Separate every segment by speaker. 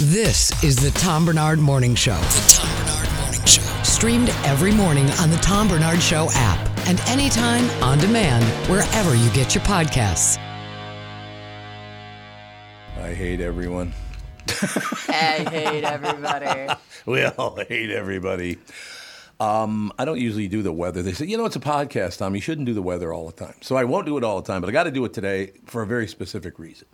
Speaker 1: This is the Tom Bernard Morning Show. The Tom Bernard Morning Show. Streamed every morning on the Tom Bernard Show app and anytime on demand wherever you get your podcasts.
Speaker 2: I hate everyone.
Speaker 3: I hate everybody.
Speaker 2: We all hate everybody. Um, I don't usually do the weather. They say, you know, it's a podcast, Tom. You shouldn't do the weather all the time. So I won't do it all the time, but I got to do it today for a very specific reason.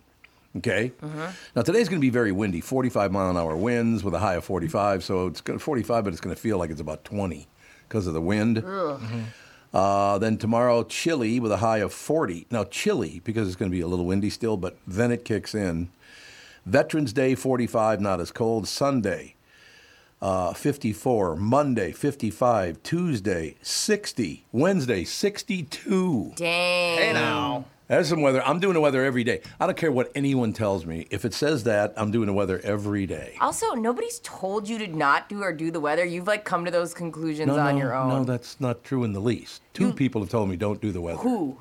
Speaker 2: Okay?
Speaker 3: Mm-hmm.
Speaker 2: Now, today's going to be very windy 45 mile an hour winds with a high of 45. So it's gonna, 45, but it's going to feel like it's about 20 because of the wind. Mm-hmm. Uh, then tomorrow, chilly with a high of 40. Now, chilly because it's going to be a little windy still, but then it kicks in. Veterans Day, 45, not as cold. Sunday, uh, 54. Monday, 55. Tuesday, 60. Wednesday, 62.
Speaker 3: Dang.
Speaker 2: There's some weather. I'm doing the weather every day. I don't care what anyone tells me. If it says that, I'm doing the weather every day.
Speaker 3: Also, nobody's told you to not do or do the weather. You've like come to those conclusions
Speaker 2: no,
Speaker 3: on
Speaker 2: no,
Speaker 3: your own. Hmm.
Speaker 2: No, that's not true in the least. Two people have told me don't do the weather.
Speaker 3: Who?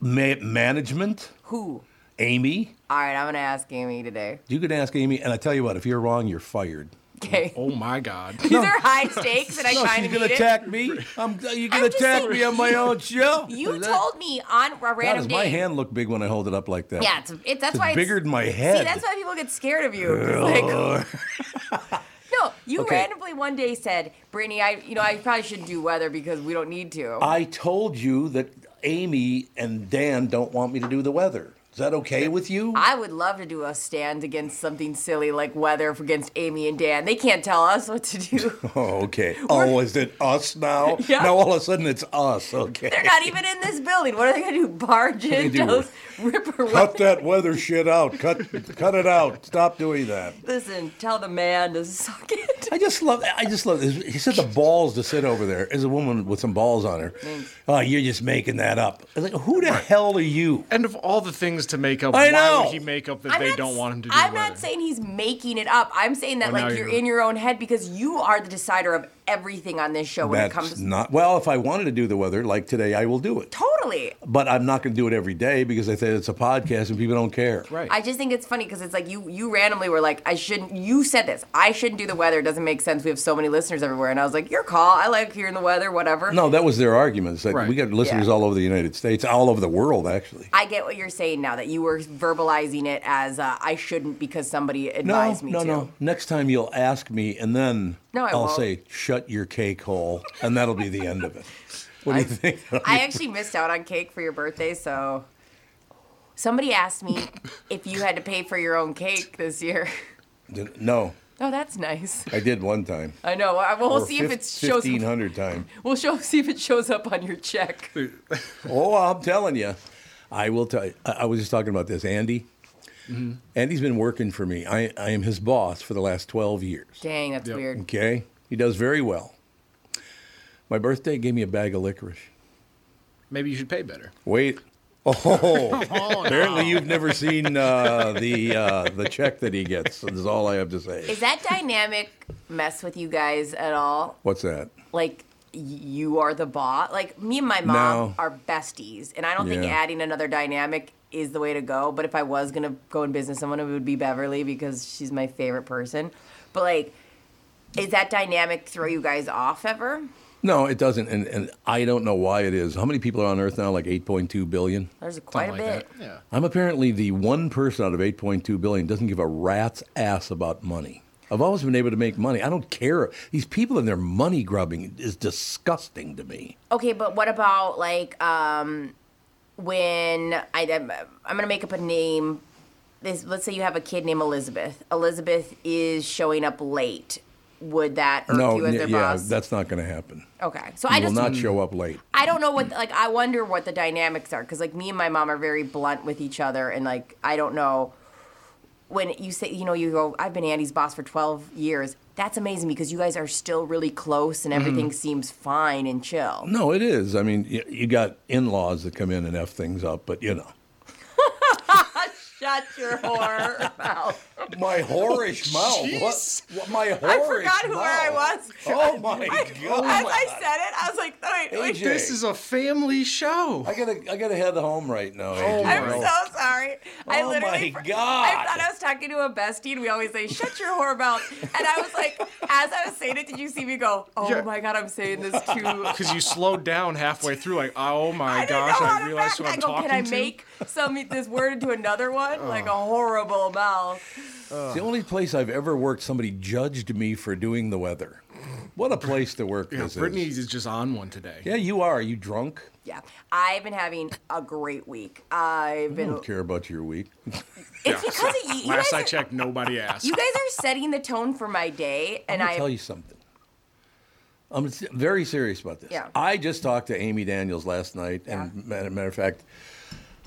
Speaker 2: Ma- management,
Speaker 3: Who?
Speaker 2: Amy.
Speaker 3: All right, I'm gonna ask Amy today.
Speaker 2: You could ask Amy, and I tell you what, if you're wrong, you're fired.
Speaker 3: Okay.
Speaker 4: Oh my God.
Speaker 3: These are high stakes, and I
Speaker 2: no,
Speaker 3: kind
Speaker 2: she's
Speaker 3: of
Speaker 2: gonna
Speaker 3: need
Speaker 2: attack me. I'm, you're gonna
Speaker 3: I'm just
Speaker 2: attack
Speaker 3: saying-
Speaker 2: me on my own show.
Speaker 3: it. You
Speaker 2: Is that-
Speaker 3: told me on a
Speaker 2: God,
Speaker 3: random
Speaker 2: does
Speaker 3: day.
Speaker 2: my hand look big when I hold it up like that?
Speaker 3: Yeah, it's, it, that's
Speaker 2: It's
Speaker 3: why it's
Speaker 2: bigger than my head.
Speaker 3: See, that's why people get scared of you. It's like, no, you
Speaker 2: Okay.
Speaker 3: randomly one day said, "Brittany, I, you know, I probably shouldn't do weather because we don't need to."
Speaker 2: I told you that Amy and Dan don't want me to do the weather. Is that okay with you?
Speaker 3: I would love to do a stand against something silly like weather against Amy and Dan. They can't tell us what to do.
Speaker 2: Oh, okay. Oh, is it us now?
Speaker 3: Yeah.
Speaker 2: Now all of a sudden it's us. Okay.
Speaker 3: They're not even in this building. What are they going to do? Barge in,
Speaker 2: do?
Speaker 3: tell us, rip her
Speaker 2: Cut
Speaker 3: what?
Speaker 2: that weather shit out. Cut, cut it out. Stop doing that.
Speaker 3: Listen, tell the man to suck it.
Speaker 2: I just love. I just love. This. He said the balls to sit over there is a woman with some balls on her. Oh, you're just making that up. I was like, who the hell are you?
Speaker 4: And of all the things to make up,
Speaker 2: I
Speaker 4: why
Speaker 2: know.
Speaker 4: would he make up that
Speaker 3: I'm
Speaker 4: they
Speaker 3: not
Speaker 4: don't
Speaker 3: s-
Speaker 4: want him to do
Speaker 3: I'm
Speaker 4: weather?
Speaker 3: not saying he's making it up. I'm saying that
Speaker 4: Oh, now
Speaker 3: like you're
Speaker 4: you're-
Speaker 3: in your own head because you are the decider of everything on this show when it
Speaker 2: That's
Speaker 3: comes
Speaker 2: not well. If I wanted to do the weather like today, I will do it.
Speaker 3: totally.
Speaker 2: But I'm not going to do it every day because I said it's a podcast and people don't care.
Speaker 4: Right.
Speaker 3: I just think it's funny because it's like you you randomly were like, I shouldn't. You said this. I shouldn't do the weather. It doesn't make sense. We have so many listeners everywhere, and I was like, your call. I like hearing the weather. Whatever.
Speaker 2: No, that was their argument. It's like,
Speaker 4: Right.
Speaker 2: We got listeners
Speaker 3: Yeah.
Speaker 2: all over the United States, all over the world, actually.
Speaker 3: I get what you're saying now that you were verbalizing it as uh, I shouldn't because somebody advised me
Speaker 2: no,
Speaker 3: to.
Speaker 2: no. Next time you'll ask me, and then
Speaker 3: No, I
Speaker 2: will
Speaker 3: won't.
Speaker 2: say, "Shut your cake hole," and that'll be the end of it. What do you think?
Speaker 3: I actually missed out on cake for your birthday, so somebody asked me if you had to pay for your own cake this year.
Speaker 2: no,
Speaker 3: Oh, that's nice.
Speaker 2: I did one time.
Speaker 3: I know. I- We'll
Speaker 2: Or
Speaker 3: see if
Speaker 2: fif-
Speaker 3: it shows.
Speaker 2: 1500 time.
Speaker 3: We'll show see if it shows up on your check.
Speaker 2: Oh, I'm telling you, I will tell. You, I, I was just talking about this, Andy. Andy's been working for me. I, I am his boss for the last 12 years.
Speaker 3: Dang, that's
Speaker 4: Yep.
Speaker 3: weird.
Speaker 2: Okay, he does very well. My birthday gave me a bag of licorice.
Speaker 4: Maybe you should pay better.
Speaker 2: Wait. Oh,
Speaker 4: Oh,
Speaker 2: apparently you've never seen uh, the uh, the check that he gets. That's all I have to say.
Speaker 3: Is that dynamic mess with you guys at all?
Speaker 2: What's that?
Speaker 3: Like y- you are the boss. Like me and my mom
Speaker 2: No.
Speaker 3: are besties, and I don't think
Speaker 2: Yeah.
Speaker 3: adding another dynamic is the way to go. But if I was gonna go in business, someone it would be Beverly because she's my favorite person. But like, is that dynamic throw you guys off ever?
Speaker 2: No, it doesn't. And, and I don't know why it is. How many people are on Earth now? Like 8.2 billion?
Speaker 3: There's quite
Speaker 4: Something
Speaker 3: a
Speaker 4: like
Speaker 3: bit.
Speaker 4: that. Yeah.
Speaker 2: I'm apparently the one person out of 8.2 billion doesn't give a rat's ass about money. I've always been able to make money. I don't care. These people and their money grubbing is disgusting to me.
Speaker 3: Okay, but what about like um when I I'm, I'm gonna make up a name. This let's say you have a kid named Elizabeth. Elizabeth is showing up late. Would that irk
Speaker 2: no,
Speaker 3: you as
Speaker 2: yeah,
Speaker 3: their boss?
Speaker 2: that's not going to happen.
Speaker 3: okay. So
Speaker 2: You
Speaker 3: I
Speaker 2: will
Speaker 3: just
Speaker 2: not show up late.
Speaker 3: I don't know what like I wonder what the dynamics are because like me and my mom are very blunt with each other and like I don't know when you say you know you go I've been Andy's boss for 12 years that's amazing because you guys are still really close and
Speaker 2: Mm-hmm.
Speaker 3: everything seems fine and chill.
Speaker 2: No, it is. I mean, you, you got in laws that come in and F things up, but you know.
Speaker 3: Shut your whore mouth.
Speaker 2: My whorish mouth. What,
Speaker 4: jeez.
Speaker 2: what? My whorish
Speaker 3: Oh, I forgot who where I
Speaker 2: mouth.
Speaker 3: was.
Speaker 2: Oh my god!
Speaker 3: As I said it I was like wait, wait,
Speaker 2: AJ.
Speaker 4: This is a family show.
Speaker 2: I gotta, I gotta head home right now. AJ.
Speaker 3: I'm
Speaker 4: Wow.
Speaker 3: so sorry. I
Speaker 2: Oh my
Speaker 3: literally, fr- I
Speaker 2: God.
Speaker 3: thought I was talking to a bestie, and we always say, "Shut your whore mouth." And I was like, as I was saying it, did you see me go? Oh
Speaker 4: Yeah.
Speaker 3: my God, I'm saying this too.
Speaker 4: Because you slowed down halfway through, like, oh my
Speaker 3: I didn't
Speaker 4: Oh gosh,
Speaker 3: know how
Speaker 4: I
Speaker 3: to back.
Speaker 4: realized who
Speaker 3: I
Speaker 4: I'm
Speaker 3: go,
Speaker 4: talking
Speaker 3: can I
Speaker 4: to. Oh.
Speaker 3: make some this word into another one? Like a horrible mouth.
Speaker 2: It's the only place I've ever worked. Somebody judged me for doing the weather. What a place to work
Speaker 4: yeah,
Speaker 2: this
Speaker 4: Brittany
Speaker 2: is.
Speaker 4: is just on one today.
Speaker 2: Yeah, you are. Are you drunk?
Speaker 3: Yeah, I've been having a great week. I've
Speaker 2: I
Speaker 3: been.
Speaker 2: don't care about your week.
Speaker 3: It's because of you. You guys,
Speaker 4: Last I
Speaker 3: are,
Speaker 4: checked, nobody asked.
Speaker 3: you guys are setting the tone for my day, and
Speaker 2: I'm gonna
Speaker 3: I.
Speaker 2: tell you something. I'm s- very serious about this.
Speaker 3: Yeah.
Speaker 2: I just talked to Amy Daniels last night, and ma- matter of fact,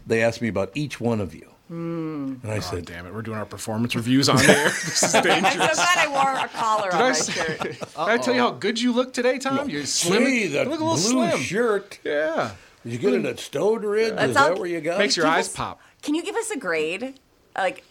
Speaker 2: they asked me about each one of you,
Speaker 3: Hmm.
Speaker 2: and I said,
Speaker 4: Damn it, we're doing our performance reviews on air. this is dangerous.
Speaker 3: I'm so glad I wore a collar on
Speaker 4: I
Speaker 3: my
Speaker 4: s-
Speaker 3: shirt.
Speaker 4: Did I tell you how good you look today, Tom? You're slim.
Speaker 2: "Gee, that
Speaker 4: you look a little
Speaker 2: blue
Speaker 4: slim.
Speaker 2: shirt.
Speaker 4: Yeah.
Speaker 2: Did you get it at Stowed Ridge? Is
Speaker 3: all-
Speaker 2: that where you got
Speaker 4: Makes
Speaker 2: it?
Speaker 4: your eyes pop.
Speaker 3: Can Uh, you give us a grade? Like,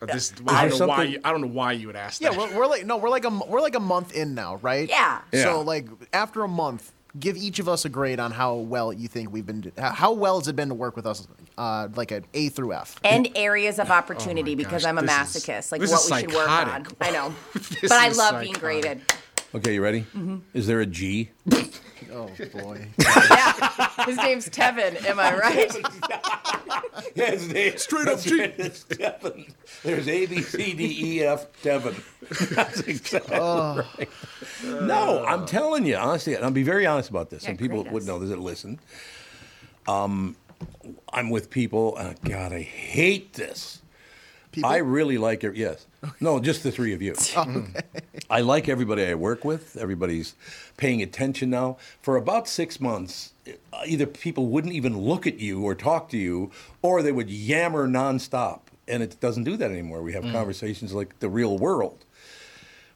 Speaker 4: This, I, don't know why
Speaker 2: something-
Speaker 4: you, I don't know why you would ask
Speaker 5: Yeah,
Speaker 4: that.
Speaker 5: we're, we're like no, we're like a m- we're like a month in now, right?
Speaker 3: Yeah.
Speaker 2: Yeah.
Speaker 5: So like after a month, give each of us a grade on how well you think we've been. How, how well has it been to work with us? Uh, like an A through F.
Speaker 3: and areas of opportunity
Speaker 4: Oh gosh,
Speaker 3: because I'm a
Speaker 4: this is-
Speaker 3: masochist. like
Speaker 4: this
Speaker 3: what
Speaker 4: is
Speaker 3: we should work on.
Speaker 4: psychotic.
Speaker 3: I know,
Speaker 4: This
Speaker 3: but I
Speaker 4: is
Speaker 3: love being
Speaker 4: psychotic.
Speaker 3: graded.
Speaker 2: Okay, you ready? Mm-hmm. Is there a G?
Speaker 5: Oh boy.
Speaker 3: Yeah, his name's Tevin. Am I right?
Speaker 2: Yes, Dave. Straight up G. Devin. There's A, B, C, D, E, F, Devin. That's exactly right. No, I'm telling you, honestly, and I'll be very honest about this,
Speaker 3: Yeah,
Speaker 2: and people
Speaker 3: grade
Speaker 2: would
Speaker 3: us.
Speaker 2: know this that listen. Um, I'm with people, uh, God, I hate this. I really like it. Yes. No, just the three of you. I like everybody I work with. Everybody's paying attention now. For about six months, uh, either people wouldn't even look at you or talk to you, or they would yammer nonstop. And it doesn't do that anymore. We have conversations like the real world,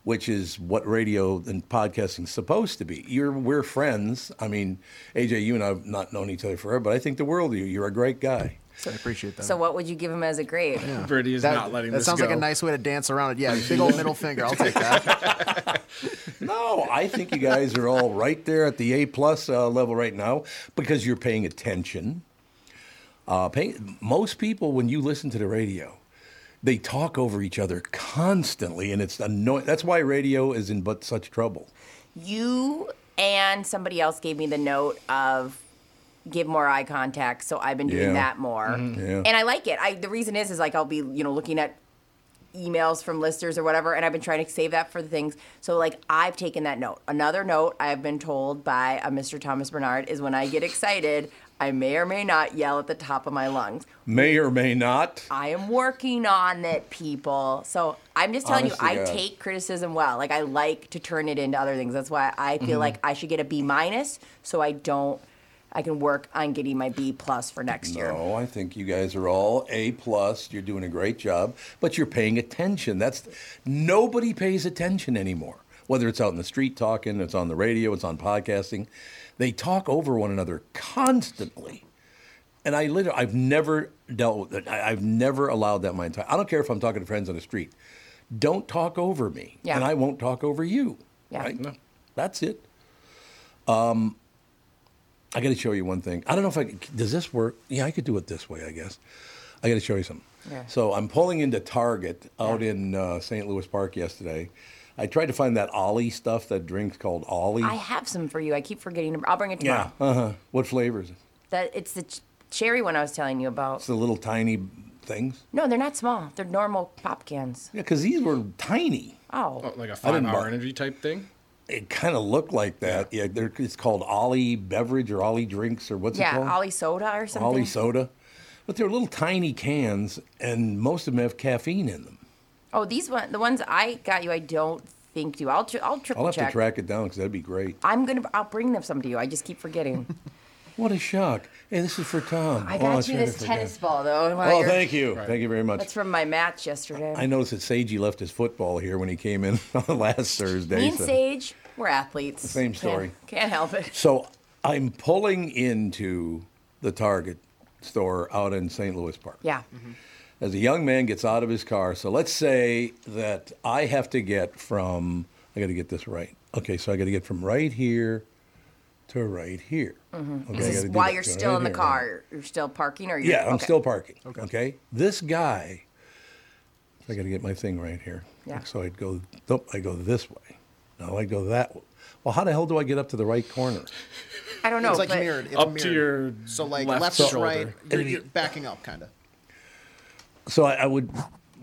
Speaker 2: which is what radio and podcasting's supposed to be. You're we're friends. I mean, AJ, you and I have not known each other forever, but I think the world of you. You're a great guy.
Speaker 5: I appreciate that.
Speaker 3: so what would you give him as a grade?
Speaker 4: Brittany is
Speaker 5: that,
Speaker 4: not letting
Speaker 5: that
Speaker 4: this
Speaker 5: sounds
Speaker 4: go.
Speaker 5: like a nice way to dance around it. Yeah, big old middle finger. I'll take that.
Speaker 2: No, I think you guys are all right there at the A plus uh, level right now because you're paying attention. Uh, pay, most people, when you listen to the radio, they talk over each other constantly, and it's annoying. That's why radio is in but such trouble.
Speaker 3: You and somebody else gave me the note of give more eye contact, so I've been doing
Speaker 2: Yeah.
Speaker 3: that more,
Speaker 2: Yeah.
Speaker 3: and I like it. I the reason is is like I'll be you know looking at emails from listeners or whatever, and I've been trying to save that for the things. So like I've taken that note. Another note I've been told by a Mr. Thomas Bernard is when I get excited, I may or may not yell at the top of my lungs.
Speaker 2: May or may not.
Speaker 3: I am working on it, people. So I'm just telling
Speaker 2: Honest to
Speaker 3: you, I
Speaker 2: God.
Speaker 3: take criticism well. Like I like to turn it into other things. That's why I
Speaker 2: Mm-hmm.
Speaker 3: feel like I should get a B minus, so I don't. I can work on getting my B plus for next year.
Speaker 2: No, Oh, I think you guys are all A plus. You're doing a great job, but you're paying attention. That's nobody pays attention anymore. Whether it's out in the street talking, it's on the radio, it's on podcasting, they talk over one another constantly. And I literally, I've never dealt with it. I- I've never allowed that my entire. I don't care if I'm talking to friends on the street. Don't talk over me,
Speaker 3: Yeah.
Speaker 2: and I won't talk over you.
Speaker 3: Yeah.
Speaker 2: Right? That's it. Um, I got to show you one thing. I don't know if I could- does this work. Yeah, I could do it this way, I guess. I got to show you something.
Speaker 3: Yeah.
Speaker 2: So I'm pulling into Target out in uh, St. Louis Park yesterday. I tried to find that Ollie stuff, that drink's called Ollie.
Speaker 3: I have some for you. I keep forgetting. to- I'll bring it tomorrow.
Speaker 2: yeah. Uh huh. What flavor is it?
Speaker 3: That it's the ch- cherry one I was telling you about.
Speaker 2: It's the little tiny things.
Speaker 3: No, they're not small. They're normal pop cans.
Speaker 2: Yeah, because these were tiny.
Speaker 3: Oh,
Speaker 4: Oh, like a
Speaker 2: I didn't
Speaker 4: five-hour
Speaker 2: buy-
Speaker 4: energy type thing.
Speaker 2: It kind of looked like that. Yeah, they're, it's called Ollie beverage or Ollie drinks or what's it
Speaker 3: yeah,
Speaker 2: called?
Speaker 3: Ollie soda or something.
Speaker 2: Ollie soda. But they're little tiny cans, and most of them have caffeine in them.
Speaker 3: Oh, these one, the ones I got you, I don't think do. I'll tr- I'll triple
Speaker 2: I'll have
Speaker 3: check.
Speaker 2: to track it down because that'd be great.
Speaker 3: I'm gonna. I'll bring them some to you. I just keep forgetting.
Speaker 2: What a shock! Hey, this is for Tom.
Speaker 3: I got
Speaker 2: Oh, it's
Speaker 3: you
Speaker 2: right,
Speaker 3: this
Speaker 2: I forgot.
Speaker 3: tennis ball though. while
Speaker 2: Oh,
Speaker 3: you're-
Speaker 2: thank you, thank you very much.
Speaker 3: That's from my match yesterday.
Speaker 2: I noticed that Sagey left his football here when he came in on last Thursday.
Speaker 3: Me and
Speaker 2: so-
Speaker 3: Sage, we're athletes.
Speaker 2: Same
Speaker 3: Can't-
Speaker 2: story.
Speaker 3: Can't, help it.
Speaker 2: So I'm pulling into the Target store out in St. Louis Park.
Speaker 3: Yeah.
Speaker 2: As a young man gets out of his car, so let's say that I have to get from, I got to get this right. Okay, so I got to get from right here to right here. Okay, I
Speaker 3: Mm-hmm. This
Speaker 2: gotta
Speaker 3: is
Speaker 2: do
Speaker 3: while
Speaker 2: that.
Speaker 3: you're
Speaker 2: So
Speaker 3: still
Speaker 2: right
Speaker 3: in the
Speaker 2: here,
Speaker 3: car, you're still parking, or you're,
Speaker 2: Yeah, I'm
Speaker 3: okay.
Speaker 2: still parking. Okay. This guy, I got to get my thing right here.
Speaker 3: Yeah.
Speaker 2: So I'd go, nope, I go this way. Now I go that way. Well, how the hell do I get up to the right corner?
Speaker 3: I don't know.
Speaker 5: it's like
Speaker 3: but
Speaker 5: mirrored. It's
Speaker 4: Up to
Speaker 5: mirrored.
Speaker 4: your
Speaker 5: so like
Speaker 4: left
Speaker 5: left,
Speaker 4: shoulder.
Speaker 5: right. You're,
Speaker 2: And
Speaker 5: you're
Speaker 2: he-
Speaker 5: backing up, kind of.
Speaker 2: So I, I would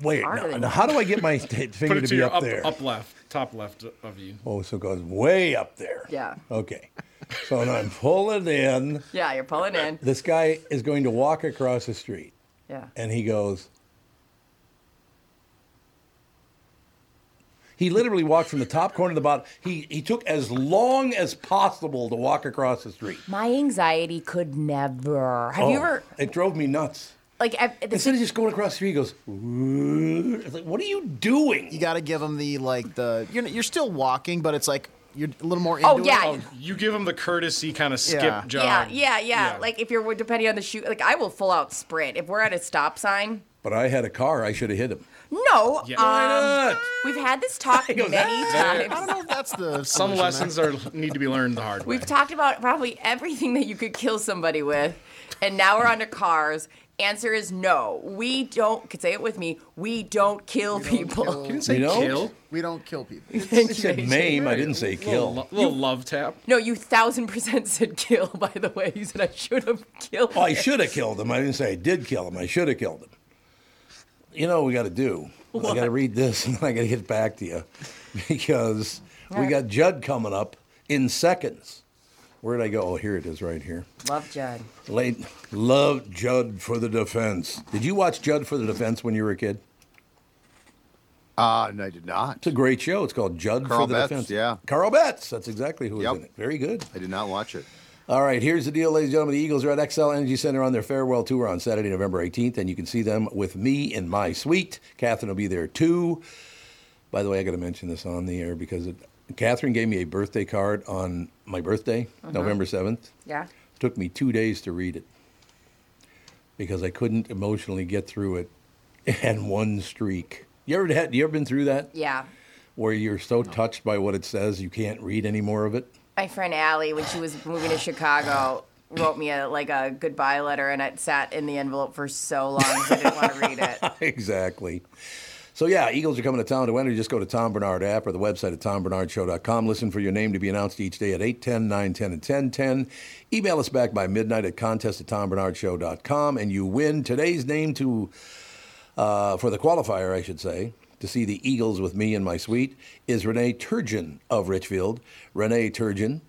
Speaker 2: wait.
Speaker 3: Harder
Speaker 2: Now,
Speaker 3: than
Speaker 2: now
Speaker 3: that.
Speaker 2: how do I get my t-
Speaker 4: Put
Speaker 2: finger
Speaker 4: it
Speaker 2: to,
Speaker 4: to
Speaker 2: be
Speaker 4: your
Speaker 2: up,
Speaker 4: up,
Speaker 2: there?
Speaker 4: up left, top left of you.
Speaker 2: Oh, so it goes way up there.
Speaker 3: Yeah.
Speaker 2: Okay. So now I'm pulling in.
Speaker 3: Yeah, you're pulling in.
Speaker 2: This guy is going to walk across the street,
Speaker 3: Yeah.
Speaker 2: and he goes. He literally walked from the top corner to the bottom. He he took as long as possible to walk across the street. Oh,
Speaker 3: My anxiety could never. Have you ever
Speaker 2: It drove me nuts.
Speaker 3: like? I've, the
Speaker 2: Instead of just going across the street, he goes. "Ooh." It's like, what are you doing?
Speaker 5: You got to give them the like the. You're you're still walking, but it's like you're a little more. Into
Speaker 3: Oh,
Speaker 5: it.
Speaker 3: yeah.
Speaker 4: Oh, you give him the courtesy kind of skip
Speaker 5: Yeah.
Speaker 4: jog.
Speaker 3: Yeah, yeah, yeah, Like if you're depending on the shoe, like I will full out sprint. If we're at a stop sign,
Speaker 2: But I had a car. I should have hit him.
Speaker 3: no.
Speaker 4: Yeah.
Speaker 3: Um,
Speaker 2: Why not?
Speaker 3: we've had this talk many
Speaker 2: goes, "Ah."
Speaker 3: times.
Speaker 5: I don't know if that's the
Speaker 4: Some
Speaker 5: solution
Speaker 4: lessons
Speaker 5: there.
Speaker 4: are need to be learned the hard way.
Speaker 3: We've talked about probably everything that you could kill somebody with, and now we're on to cars. Answer is no. We don't. Could say it with me. We don't kill people.
Speaker 4: you didn't say
Speaker 2: You know?
Speaker 4: kill.
Speaker 5: We don't kill people.
Speaker 2: I said maim. I didn't say
Speaker 4: Little,
Speaker 2: kill.
Speaker 4: lo- little love tap.
Speaker 3: No, you thousand percent said kill. By the way, you said I should have killed.
Speaker 2: Well, Oh, I should have killed him. I didn't say I did kill him. I should have killed him. You know what we got to do? I got to read this and then I got to get back to you because we got Judd coming up in seconds. Where'd I go? Oh, here it is right here.
Speaker 3: Love Judd.
Speaker 2: Late, love Judd for the defense. Did you watch Judd for the defense when you were a kid?
Speaker 6: Uh, no, I did not.
Speaker 2: It's a great show. It's called Judd
Speaker 6: Carl
Speaker 2: for the
Speaker 6: Betts,
Speaker 2: defense.
Speaker 6: yeah.
Speaker 2: Carl Betts. That's exactly who was
Speaker 6: Yep.
Speaker 2: in it. Very good.
Speaker 6: I did not watch it.
Speaker 2: All right, here's the deal, ladies and gentlemen. The Eagles are at XL Energy Center on their farewell tour on Saturday, November 18th, and you can see them with me in my suite. Catherine will be there too. By the way, I got to mention this on the air because it, Catherine gave me a birthday card on my birthday, November 7th.
Speaker 3: Yeah.
Speaker 2: Took me two days to read it because I couldn't emotionally get through it in one streak. You ever had? You ever been through that?
Speaker 3: Yeah.
Speaker 2: Where you're so touched by what it says, you can't read any more of it.
Speaker 3: my friend Allie, when she was moving to Chicago, wrote me a like a goodbye letter, and it sat in the envelope for so long 'cause I didn't want to read
Speaker 2: Oh.
Speaker 3: it.
Speaker 2: exactly. So yeah, Eagles are coming to town to enter. Just go to Tom Bernard app or the website at tombernardshow.com. Listen for your name to be announced each day at 8, 10, 9, 10, and 10, 10. Email us back by midnight at contest at tombernardshow.com, and you win today's name to uh, for the qualifier, I should say, to see the Eagles with me in my suite is Renee Turgeon of Richfield. Renee Turgeon.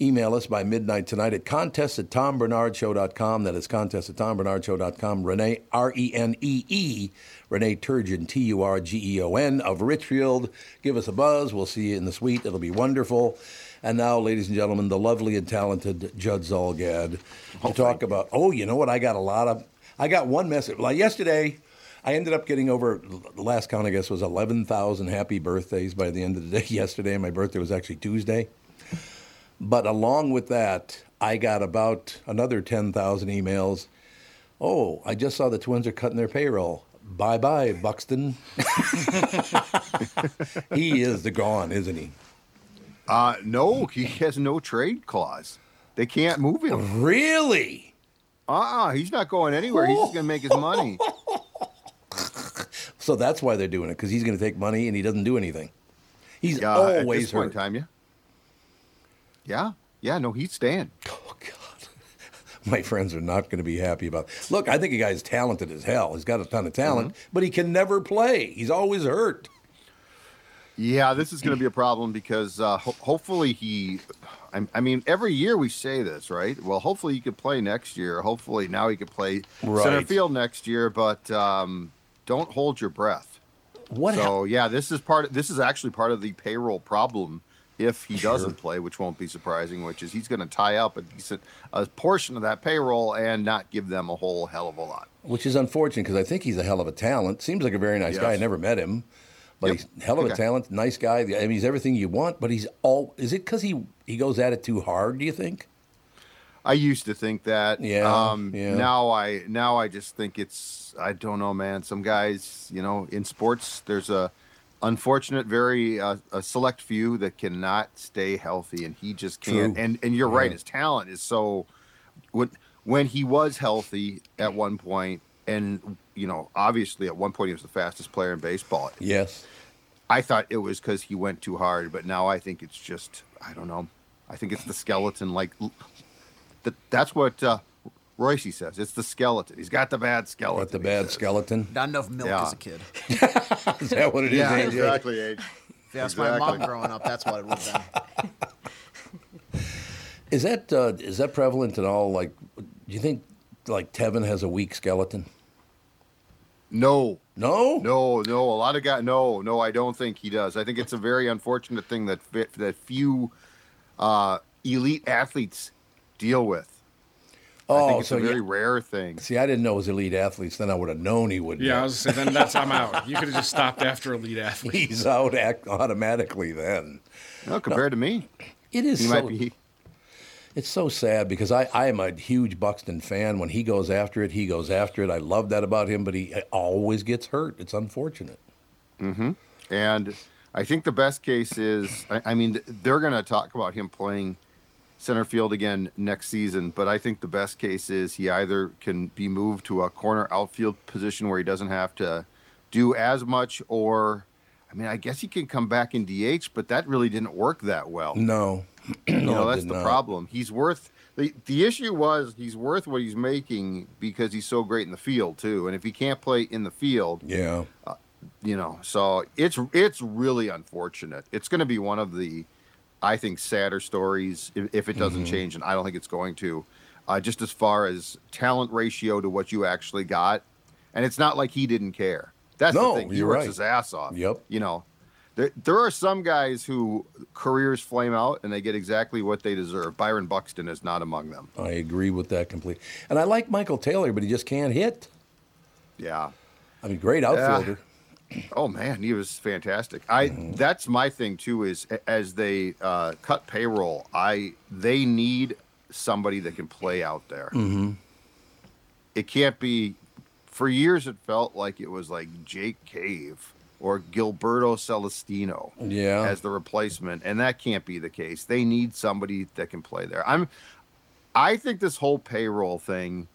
Speaker 2: Email us by midnight tonight at contest at tombernardshow.com. That is contest at tombernardshow.com. Renee, R E N E E, Renee Turgeon, T U R G E O N of Richfield. Give us a buzz. We'll see you in the suite. It'll be wonderful. And now, ladies and gentlemen, the lovely and talented Judd Zolgad to talk about. Oh, you know what? I got a lot of. I got one message. Like yesterday, I ended up getting over the last count. I guess was eleven thousand happy birthdays by the end of the day. Yesterday, my birthday was actually Tuesday. But along with that, I got about another 10,000 emails. Oh, I just saw the twins are cutting their payroll. Bye bye, Buxton. he is the gone, isn't he?
Speaker 6: Uh, no, he has no trade clause. They can't move him.
Speaker 2: Really? Oh.
Speaker 6: Uh uh-uh, uh, he's not going anywhere. He's just going to make his money.
Speaker 2: So that's why they're doing it, because he's going to take money and he doesn't do anything. He's
Speaker 6: Yeah, at
Speaker 2: always
Speaker 6: this point
Speaker 2: hurt.
Speaker 6: in time, yeah. Yeah, yeah. No, he's staying.
Speaker 2: Oh God, my friends are not going to be happy about. Look, I think a guy's talented as hell. He's got a ton of talent,
Speaker 6: Mm-hmm.
Speaker 2: but he can never play. He's always hurt.
Speaker 6: Yeah, this is going to be a problem because uh, ho- hopefully he. I, I mean, every year we say this, right? Well, hopefully he could play next year. Hopefully now he could play center
Speaker 2: Right.
Speaker 6: field next year, but um, don't hold your breath.
Speaker 2: What? hap-
Speaker 6: So yeah, this is part. this is actually part of the payroll problem if he doesn't play, which won't be surprising. Which is he's going to tie up a decent a portion of that payroll and not give them a whole hell of a lot.
Speaker 2: which is unfortunate because I think he's a hell of a talent. Seems like a very nice guy. I
Speaker 6: Yes.
Speaker 2: never met him, but
Speaker 6: Yep.
Speaker 2: he's hell of a
Speaker 6: Okay.
Speaker 2: talent, nice guy. I mean, he's everything you want. But he's all. Is it because he he goes at it too hard? Do you think?
Speaker 6: I used to think that.
Speaker 2: Yeah,
Speaker 6: Um,
Speaker 2: yeah.
Speaker 6: Now I now I just think it's I don't know, man. Some guys, you know, in sports, there's a unfortunate, very uh, a select few that cannot stay healthy, and he just can't.
Speaker 2: True.
Speaker 6: And and you're right,
Speaker 2: Yeah.
Speaker 6: his talent is so. When when he was healthy at one point, and you know, obviously at one point he was the fastest player in baseball.
Speaker 2: Yes.
Speaker 6: I thought it was because he went too hard, but now I think it's just I don't know. I think it's the skeleton. Like that, that's what uh, Royce says. It's the skeleton. He's got the bad skeleton.
Speaker 2: What Oh, the
Speaker 6: he
Speaker 2: bad
Speaker 6: says.
Speaker 2: skeleton?
Speaker 5: Not enough milk
Speaker 6: Yeah.
Speaker 5: as a kid. If
Speaker 2: Is that what it is?
Speaker 6: Yeah,
Speaker 2: AJ?
Speaker 6: exactly. Age.
Speaker 5: you asked my
Speaker 6: Exactly.
Speaker 5: mom growing up, that's what it would have been.
Speaker 2: Is that uh, is that prevalent at all? Like, do you think like Tevin has a weak skeleton?
Speaker 6: No,
Speaker 2: No,
Speaker 6: no, no. A lot of guys. No, no. I don't think he does. I think it's a very unfortunate thing that fit, that few uh, elite athletes deal with. I
Speaker 2: Oh,
Speaker 6: think it's
Speaker 2: so
Speaker 6: a very
Speaker 2: you-
Speaker 6: rare thing.
Speaker 2: see, I didn't know it was elite athletes. Then I would have known he would.
Speaker 4: Yeah, I
Speaker 2: know.
Speaker 4: was gonna say then that's I'm out. You could have just stopped after elite athlete.
Speaker 2: he's out act automatically. Then
Speaker 6: No, compared to me,
Speaker 2: it is.
Speaker 6: he
Speaker 2: so,
Speaker 6: might be.
Speaker 2: It's so sad because I, I am a huge Buxton fan. When he goes after it, he goes after it. I love that about him, but he always gets hurt. It's unfortunate.
Speaker 6: And I think the best case is, I, I mean, they're going to talk about him playing center field again next season, but I think the best case is he either can be moved to a corner outfield position where he doesn't have to do as much, or, I mean, I guess he can come back in DH, but that really didn't work that well.
Speaker 2: No,
Speaker 6: you
Speaker 2: No,
Speaker 6: know,
Speaker 2: it
Speaker 6: that's
Speaker 2: did
Speaker 6: the
Speaker 2: not.
Speaker 6: problem. He's worth. The, the issue was he's worth what he's making because he's so great in the field too. And if he can't play in the field,
Speaker 2: Yeah,
Speaker 6: you know so it's it's really unfortunate it's going to be one of the i think sadder stories if, if it doesn't
Speaker 2: Mm-hmm.
Speaker 6: change and i don't think it's going to uh, just as far as talent ratio to what you actually got and it's not like he didn't care that's
Speaker 2: No,
Speaker 6: the thing he
Speaker 2: you're
Speaker 6: works
Speaker 2: right.
Speaker 6: his ass off
Speaker 2: Yep.
Speaker 6: you know there, there are some guys who careers flame out and they get exactly what they deserve byron buxton is not among them
Speaker 2: I agree with that completely. And I like Michael Taylor, but he just can't hit.
Speaker 6: yeah
Speaker 2: I mean, great outfielder.
Speaker 6: Oh man, he was fantastic. I that's my thing too. Is a- as they uh, cut payroll, I they need somebody that can play out there. It can't be. For years, it felt like it was like Jake Cave or Gilberto Celestino
Speaker 2: Yeah.
Speaker 6: as the replacement, and that can't be the case. They need somebody that can play there. I'm. I think this whole payroll thing,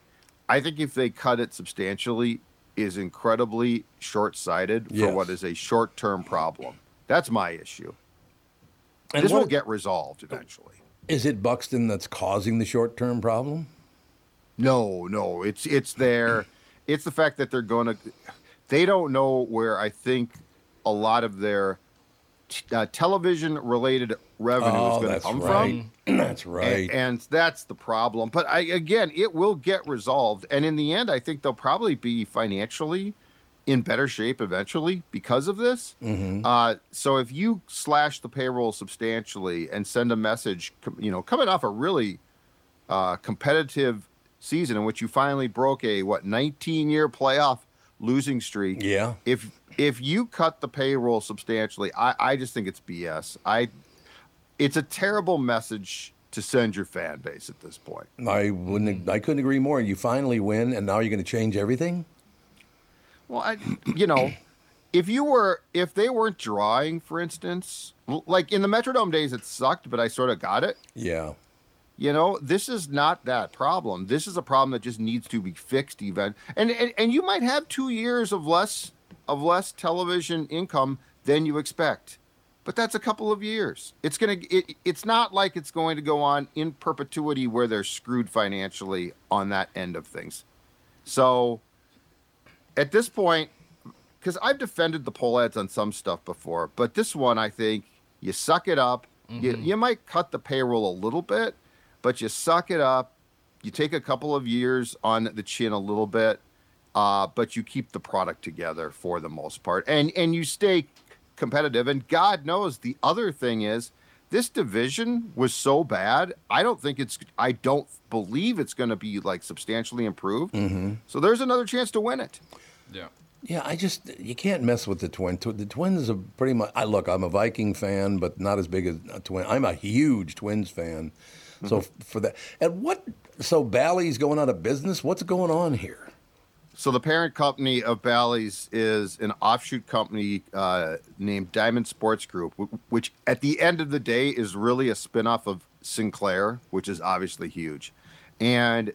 Speaker 6: I think if they cut it substantially, is incredibly short sighted for
Speaker 2: Yes.
Speaker 6: what is a short term problem. That's my issue.
Speaker 2: And Oh.
Speaker 6: this
Speaker 2: what-
Speaker 6: will get resolved eventually.
Speaker 2: Is it Buxton that's causing the short term problem?
Speaker 6: No, no, it's it's there. It's the fact that they're going to. They don't know where I think a lot of their t- uh, television related revenue
Speaker 2: oh,
Speaker 6: is going to
Speaker 2: that's
Speaker 6: come from.
Speaker 2: right. that's right.
Speaker 6: and, and that's the problem. But I again, it will get resolved, and in the end, I think they'll probably be financially in better shape eventually because of this. Uh, so if you slash the payroll substantially and send a message, com- you know, coming off a really uh, competitive season in which you finally broke a what 19 year playoff losing streak
Speaker 2: yeah.
Speaker 6: if if you cut the payroll substantially, I, I just think it's BS. I it's a terrible message to send your fan base at this point.
Speaker 2: I wouldn't. I couldn't agree more. You finally win, and now you're going to change everything.
Speaker 6: Well, I you know, if you were if they weren't drawing, for instance, l- like in the Metrodome days, it sucked, but I sort of got it.
Speaker 2: Yeah.
Speaker 6: You know, this is not that problem. This is a problem that just needs to be fixed. Even and and, and you might have two years of less of less television income than you expect. but that's a couple of years. It's gonna. It, it's not like it's going to go on in perpetuity where they're screwed financially on that end of things. So, at this point, because I've defended the poll ads on some stuff before, but this one I think you suck it up. You, you might cut the payroll a little bit, but you suck it up. You take a couple of years on the chin a little bit, uh, but you keep the product together for the most part, and and you stay competitive. And God knows the other thing is this division was so bad. I don't think it's. I don't believe it's going to be like substantially improved. So there's another chance to win it.
Speaker 4: Yeah.
Speaker 2: Yeah, I just you can't mess with the twin. Tw- The Twins are pretty much. I look, I'm a Viking fan, but not as big as a twin. I'm a huge Twins fan. So f- for that, and what? So Bally's going out of business. What's going on here?
Speaker 6: So the parent company of Bally's is an offshoot company uh, named Diamond Sports Group, wh- which at the end of the day is really a spinoff of Sinclair, which is obviously huge. And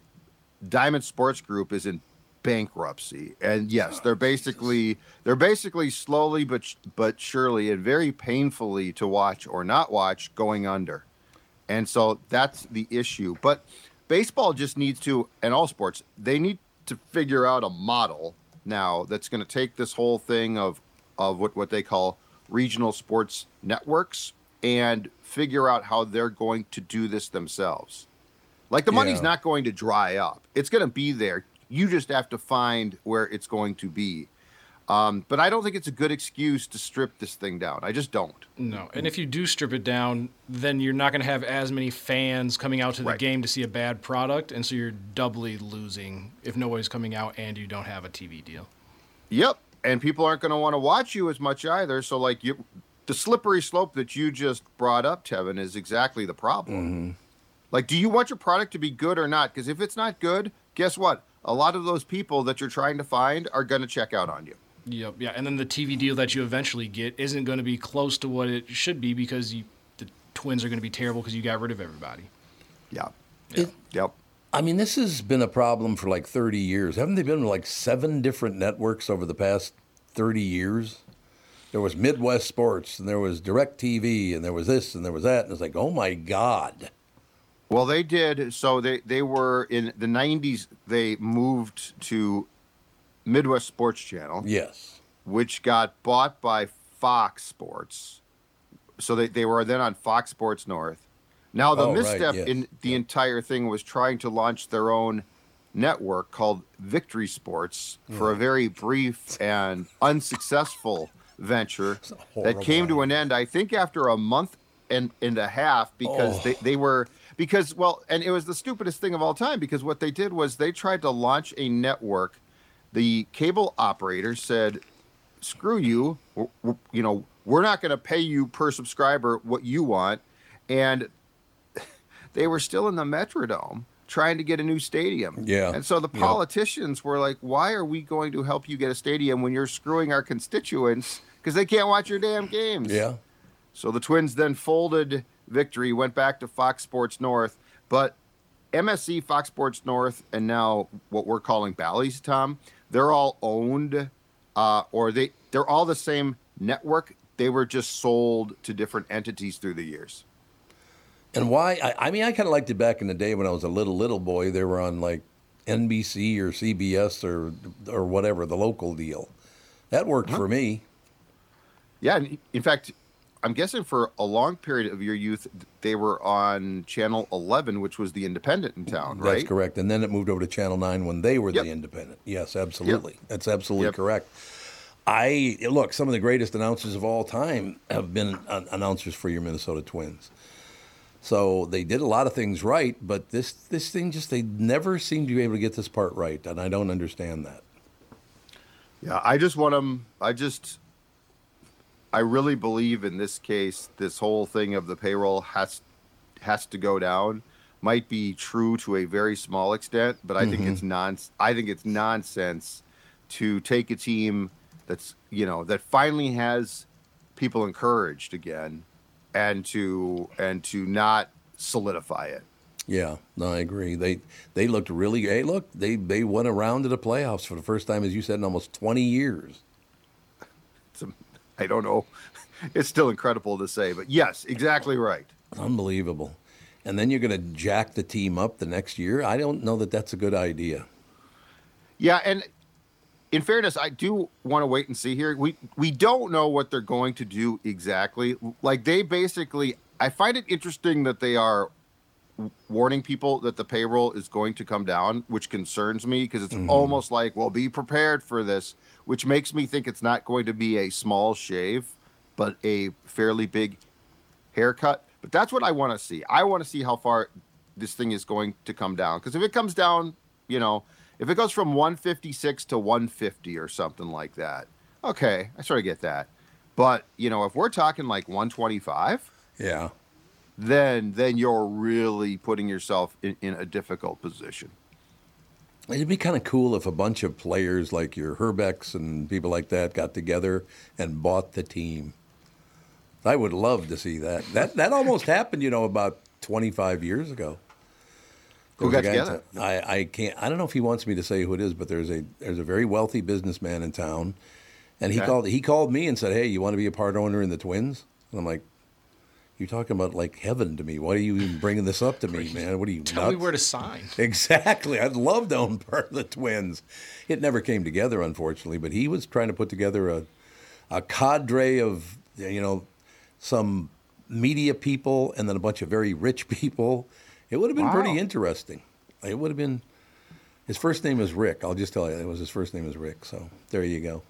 Speaker 6: Diamond Sports Group is in bankruptcy, and yes, they're basically they're basically slowly but sh- but surely and very painfully to watch or not watch going under. And so that's the issue. But baseball just needs to, and all sports, they need to figure out a model now that's going to take this whole thing of of what, what they call regional sports networks and figure out how they're going to do this themselves. Like the money's
Speaker 2: Yeah.
Speaker 6: not going to dry up. It's going to be there. You just have to find where it's going to be. Um, but I don't think it's a good excuse to strip this thing down. I just don't.
Speaker 4: No. And if you do strip it down, then you're not going to have as many fans coming out to the
Speaker 6: Right.
Speaker 4: game to see a bad product. And so you're doubly losing if nobody's coming out and you don't have a TV deal.
Speaker 6: Yep. And people aren't going to want to watch you as much either. So, like, you, the slippery slope that you just brought up, Tevin, is exactly the problem. Like, do you want your product to be good or not? Because if it's not good, guess what? A lot of those people that you're trying to find are going to check out on you.
Speaker 4: Yep. Yeah. And then the TV deal that you eventually get isn't going to be close to what it should be because you, the Twins are going to be terrible because you got rid of everybody.
Speaker 6: Yeah.
Speaker 2: It-
Speaker 6: Yep.
Speaker 2: I mean, this has been a problem for like 30 years. Haven't they been like seven different networks over the past 30 years? There was Midwest Sports, and there was Direct TV, and there was this, and there was that, and it's like, oh my god.
Speaker 6: Well, they did. So they they were in the '90s. They moved to Midwest Sports Channel.
Speaker 2: Yes.
Speaker 6: which got bought by Fox Sports. So they, they were then on Fox Sports North. Now, the
Speaker 2: Oh, right,
Speaker 6: misstep
Speaker 2: yes.
Speaker 6: in the entire thing was trying to launch their own network called Victory Sports for a
Speaker 2: Hmm.
Speaker 6: very brief and unsuccessful venture that
Speaker 2: horrible
Speaker 6: came to an end, I think, after a month and, and a half
Speaker 2: Oh.
Speaker 6: because they, they were. Because, well, and it was the stupidest thing of all time because what they did was they tried to launch a network. The cable operator said, screw you. W- w- You know, we're not going to pay you per subscriber what you want. And they were still in the Metrodome trying to get a new stadium.
Speaker 2: Yeah.
Speaker 6: And so the
Speaker 2: Yeah.
Speaker 6: politicians were like, why are we going to help you get a stadium when you're screwing our constituents because they can't watch your damn games?
Speaker 2: Yeah.
Speaker 6: So the Twins then folded victory, went back to Fox Sports North, but MSC, Fox Sports North, and now what we're calling Bally's, Tom, they're all owned, uh, or they they're all the same network. They were just sold to different entities through the years.
Speaker 2: And why? I, I mean, I kind of liked it back in the day when I was a little little boy. They were on like NBC or CBS or or whatever the local deal. That worked
Speaker 6: Uh-huh.
Speaker 2: for me.
Speaker 6: Yeah, and in fact, I'm guessing for a long period of your youth, they were on Channel 11, which was the independent in town, right?
Speaker 2: That's correct. And then it moved over to Channel Nine when they were
Speaker 6: Yep.
Speaker 2: the independent. Yes, absolutely. That's absolutely
Speaker 6: Yep.
Speaker 2: correct. I look. Some of the greatest announcers of all time have been an- announcers for your Minnesota Twins. So they did a lot of things right, but this this thing just they never seem to be able to get this part right, and I don't understand that.
Speaker 6: Yeah, I just want them. I just, I really believe in this case, this whole thing of the payroll has has to go down. Might be true to a very small extent, but I think it's non. I think it's nonsense to take a team that's you know that finally has people encouraged again, and to and to not solidify it.
Speaker 2: Yeah, no, I agree. They they looked really. Hey, look, they they won a round of the playoffs for the first time, as you said, in almost twenty years.
Speaker 6: It's a, I don't know. It's still incredible to say, but yes, exactly right.
Speaker 2: Unbelievable. And then you're going to jack the team up the next year. I don't know that that's a good idea.
Speaker 6: Yeah, and in fairness, I do want to wait and see here. We we don't know what they're going to do exactly. Like they basically, I find it interesting that they are warning people that the payroll is going to come down, which concerns me because it's almost like, well, be prepared for this, which makes me think it's not going to be a small shave, but a fairly big haircut. But that's what I want to see. I want to see how far this thing is going to come down. Because if it comes down, you know, if it goes from 156 to 150 or something like that, okay, I sort of get that. But you know, if we're talking like 125,
Speaker 2: Yeah.
Speaker 6: then then you're really putting yourself in, in a difficult position.
Speaker 2: It'd be kind of cool if a bunch of players like your Herbecks and people like that got together and bought the team. I would love to see that. That that almost happened, you know, about 25 years ago. There
Speaker 6: Who
Speaker 2: was
Speaker 6: got
Speaker 2: a guy in
Speaker 6: together?
Speaker 2: town- I, I can't. I don't know if he wants me to say who it is, but there's a there's a very wealthy businessman in town, and he
Speaker 6: Okay.
Speaker 2: called he called me and said, "Hey, you want to be a part owner in the Twins?" And I'm like, "You're talking about like heaven to me. Why are you even bringing this up to me, man? What are you?
Speaker 4: Tell me
Speaker 2: nuts?"
Speaker 4: where to sign.
Speaker 2: Exactly. I'd love to own part of the Twins. It never came together, unfortunately, but he was trying to put together a, a cadre of, you know, some media people and then a bunch of very rich people. It would have been pretty
Speaker 6: Wow.
Speaker 2: interesting. It would have been. His first name is Rick. I'll just tell you, it was his first name is Rick. So there you go.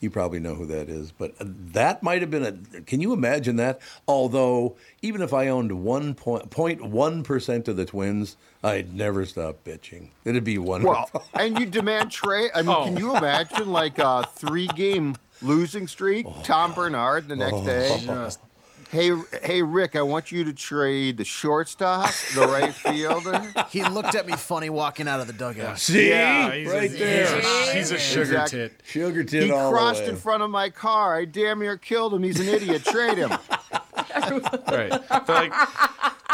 Speaker 2: You probably know who that is, but uh, that might have been a. Can you imagine that? Although, even if I owned one point point one percent of the Twins, I'd never stop bitching. It'd be wonderful.
Speaker 6: Well, and you demand trade. I mean, can you imagine like a three game losing streak? Tom Bernard the
Speaker 2: Oh.
Speaker 6: next day. Hey, hey, Rick! I want you to trade the shortstop, the right fielder.
Speaker 5: He looked at me funny walking out of the dugout.
Speaker 2: See,
Speaker 4: he's
Speaker 2: right
Speaker 4: a,
Speaker 2: there,
Speaker 4: He's a, he's a sugar
Speaker 6: Exactly.
Speaker 4: tit.
Speaker 2: sugar
Speaker 6: He
Speaker 2: tin all the
Speaker 6: crossed
Speaker 2: way.
Speaker 6: in front of my car. I damn near killed him. He's an idiot. Trade him.
Speaker 4: Right. I feel like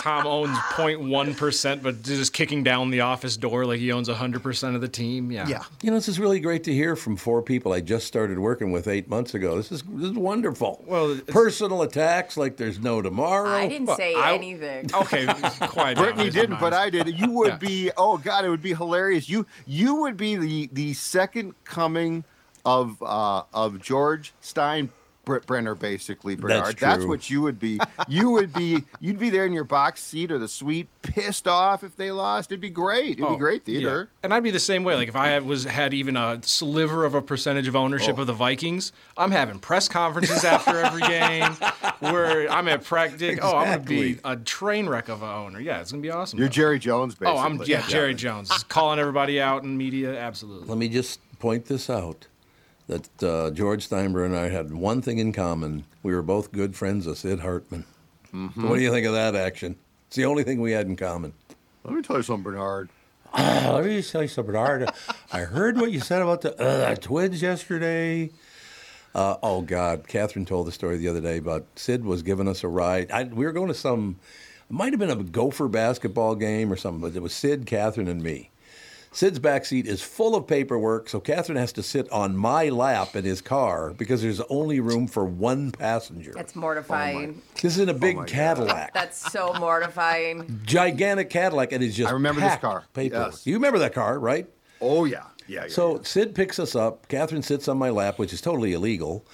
Speaker 4: Tom owns 0.1%, but just kicking down the office door like he owns 100% of the team. Yeah.
Speaker 5: Yeah.
Speaker 2: You know, this is really great to hear from four people I just started working with eight months ago. This is this is wonderful.
Speaker 4: Well, it's-
Speaker 2: personal attacks like there's no tomorrow.
Speaker 3: I didn't say
Speaker 4: I- Oh.
Speaker 3: anything.
Speaker 4: Okay, quiet. down,
Speaker 6: Brittany
Speaker 4: raise your
Speaker 6: didn't, but
Speaker 4: minds.
Speaker 6: I did. You would be. Oh God, it would be hilarious. You you would be the the second coming of uh of George Stein. Br- Brenner, basically, Bernard.
Speaker 2: true.
Speaker 6: what you would be. You would be. You'd be there in your box seat or the suite, pissed off if they lost. It'd be great. It'd
Speaker 4: Oh,
Speaker 6: be great
Speaker 4: yeah.
Speaker 6: theater.
Speaker 4: And I'd be the same way. Like if I was had even a sliver of a percentage of ownership
Speaker 6: Oh.
Speaker 4: of the Vikings, I'm having press conferences after every game where I'm at practice. Oh, I'm gonna be
Speaker 2: Exactly.
Speaker 4: a train wreck of an owner. Yeah, it's gonna be awesome.
Speaker 6: You're
Speaker 4: though.
Speaker 6: Jerry Jones, basically.
Speaker 4: Oh, I'm yeah, Jerry Jones Just calling everybody out in media. Absolutely.
Speaker 2: Let me just point this out that uh, George Steinberg and I had one thing in common. We were both good friends of Sid Hartman. So
Speaker 4: Mm-hmm.
Speaker 2: what do you think of that action? It's the only thing we had in common.
Speaker 6: Let me tell you something, Bernard.
Speaker 2: let me just tell you something, Bernard. I heard what you said about the, uh, the twins yesterday. Uh, oh God, Catherine told the story the other day about Sid was giving us a ride. I, we were going to some, it might have been a Gopher basketball game or something, but it was Sid, Catherine, and me. Sid's back seat is full of paperwork, so Catherine has to sit on my lap in his car because there's only room for one passenger.
Speaker 3: That's mortifying.
Speaker 2: this is
Speaker 6: Oh
Speaker 2: in a big Cadillac,
Speaker 3: That's so mortifying.
Speaker 2: gigantic Cadillac, and it's just
Speaker 6: I remember this
Speaker 2: packed
Speaker 6: car.
Speaker 2: Paperwork.
Speaker 6: Yes.
Speaker 2: You remember that car, right?
Speaker 6: Oh yeah, yeah. yeah
Speaker 2: So
Speaker 6: yeah.
Speaker 2: Sid picks us up. Catherine sits on my lap, which is totally illegal,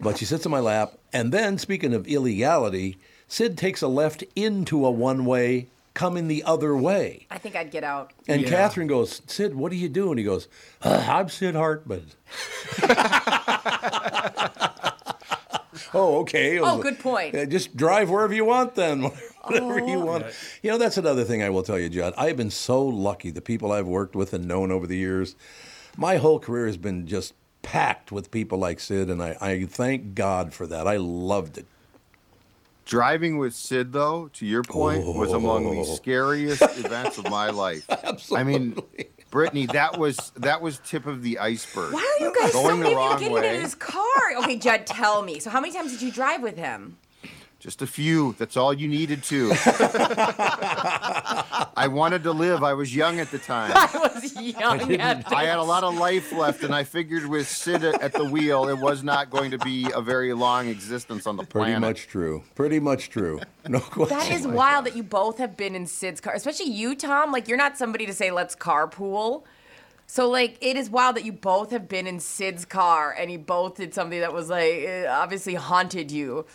Speaker 2: but she sits on my lap. And then, speaking of illegality, Sid takes a left into a one way, coming the other way.
Speaker 3: I think I'd get out.
Speaker 2: And
Speaker 4: Yeah.
Speaker 2: Catherine goes, Sid, what are you doing? He goes, "Uh, I'm Sid Hartman. oh, okay.
Speaker 3: Oh, good point. Oh.
Speaker 2: Uh, just drive wherever you want then, whatever you want. You know, that's another thing I will tell you, John. I've been so lucky. The people I've worked with and known over the years, my whole career has been just packed with people like Sid, and I, I thank God for that. I loved it.
Speaker 6: Driving with Sid, though, to your point, was among the scariest events of my life. Absolutely. I mean, Brittany, that was that was tip of the iceberg.
Speaker 3: Why are you guys so
Speaker 6: Going
Speaker 3: many
Speaker 6: the
Speaker 3: of you
Speaker 6: wrong
Speaker 3: getting
Speaker 6: way.
Speaker 3: into this car? Okay, Judd, tell me. So how many times did you drive with him?
Speaker 6: Just a few. That's all you needed to. I wanted to live. I was young at the time.
Speaker 3: I was young at the
Speaker 6: I had a lot of life left, and I figured with Sid at at the wheel, it was not going to be a very long existence on the
Speaker 2: Pretty
Speaker 6: planet.
Speaker 2: much true. Pretty much true. No question.
Speaker 3: That is wild that you both have been in Sid's car, especially you, Tom. Like, you're not somebody to say, let's carpool. So, like, it is wild that you both have been in Sid's car and you both did something that was, like, eh, obviously haunted you.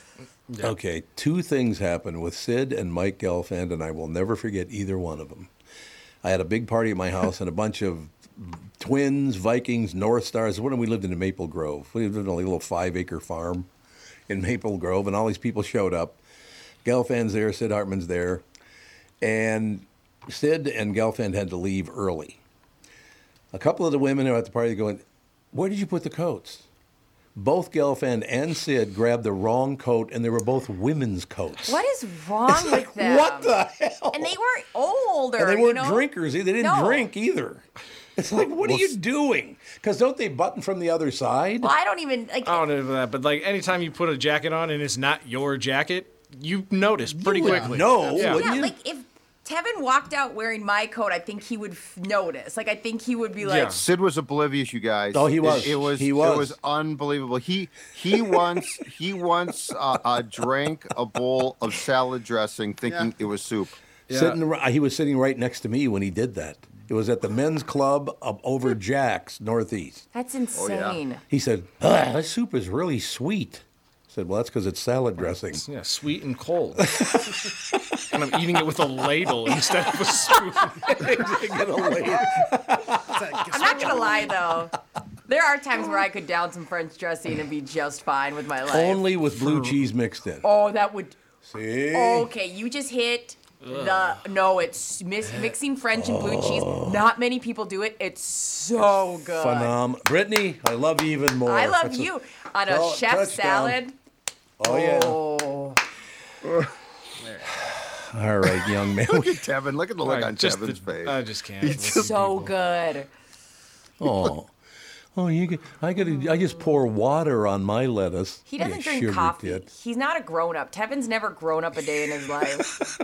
Speaker 2: Okay, two things happened with Sid and Mike Gelfand, and I will never forget either one of them. I had a big party at my house, and a bunch of twins, Vikings, North Stars. When we lived in Maple Grove, we lived in a little five-acre farm in Maple Grove, and all these people showed up. Gelfand's there, Sid Hartman's there, and Sid and Gelfand had to leave early. A couple of the women who were at the party going, "Where did you put the coats?" both Gelfand and Sid grabbed the wrong coat, and they were both women's coats.
Speaker 3: What is wrong with them?
Speaker 2: What the hell?
Speaker 3: And they were older.
Speaker 2: And they
Speaker 3: you
Speaker 2: weren't
Speaker 3: know?
Speaker 2: drinkers. either. They didn't
Speaker 3: No.
Speaker 2: drink either. It's like, what are you doing? Because don't they button from the other side?
Speaker 3: Well, I don't even, like,
Speaker 2: Oh,
Speaker 4: I don't know about that, but like anytime you put a jacket on and it's not your jacket, you notice pretty
Speaker 2: would
Speaker 4: quickly.
Speaker 2: know,
Speaker 4: yeah.
Speaker 2: wouldn't
Speaker 3: yeah,
Speaker 2: you-
Speaker 3: like, if Tevin walked out wearing my coat, I think he would f- notice. Like, I think he would be like,
Speaker 4: Yeah.
Speaker 6: Sid was oblivious, you guys.
Speaker 2: Oh, he
Speaker 6: It-
Speaker 2: was.
Speaker 6: It, was.
Speaker 2: He was.
Speaker 6: It was unbelievable. He he once he once uh, uh, drank a bowl of salad dressing, thinking it was soup.
Speaker 2: Sitting, ri- he was sitting right next to me when he did that. It was at the men's club up over Jack's Northeast.
Speaker 3: that's insane.
Speaker 2: He said, "Ugh, "This soup is really sweet." I said, "Well, that's because it's salad dressing."
Speaker 4: Yeah, sweet and cold. and I'm eating it with a ladle instead of a spoon.
Speaker 3: I'm not gonna lie though. There are times where I could down some French dressing and be just fine with my life.
Speaker 2: Only with blue cheese mixed in.
Speaker 3: oh, that would.
Speaker 2: See?
Speaker 3: Okay, you just hit the no. It's mis- mixing French and blue cheese.
Speaker 2: Oh.
Speaker 3: Not many people do it. It's so good.
Speaker 2: Phenom- Um, Brittany, I love you even more.
Speaker 3: I love
Speaker 2: That's a-
Speaker 3: you on a
Speaker 2: Well,
Speaker 3: chef
Speaker 2: touchdown.
Speaker 3: salad.
Speaker 2: Oh yeah.
Speaker 3: Oh,
Speaker 2: All right, young man.
Speaker 6: Look at Tevin. Look at the look on
Speaker 4: just the-
Speaker 6: Tevin's face.
Speaker 4: I just can't. It's
Speaker 3: so good.
Speaker 2: Oh, oh, you get, I got I just pour water on my lettuce.
Speaker 3: He
Speaker 2: You
Speaker 3: doesn't drink
Speaker 2: shivered
Speaker 3: coffee.
Speaker 2: tit.
Speaker 3: He's not a grown up. Tevin's never grown up a day in his life.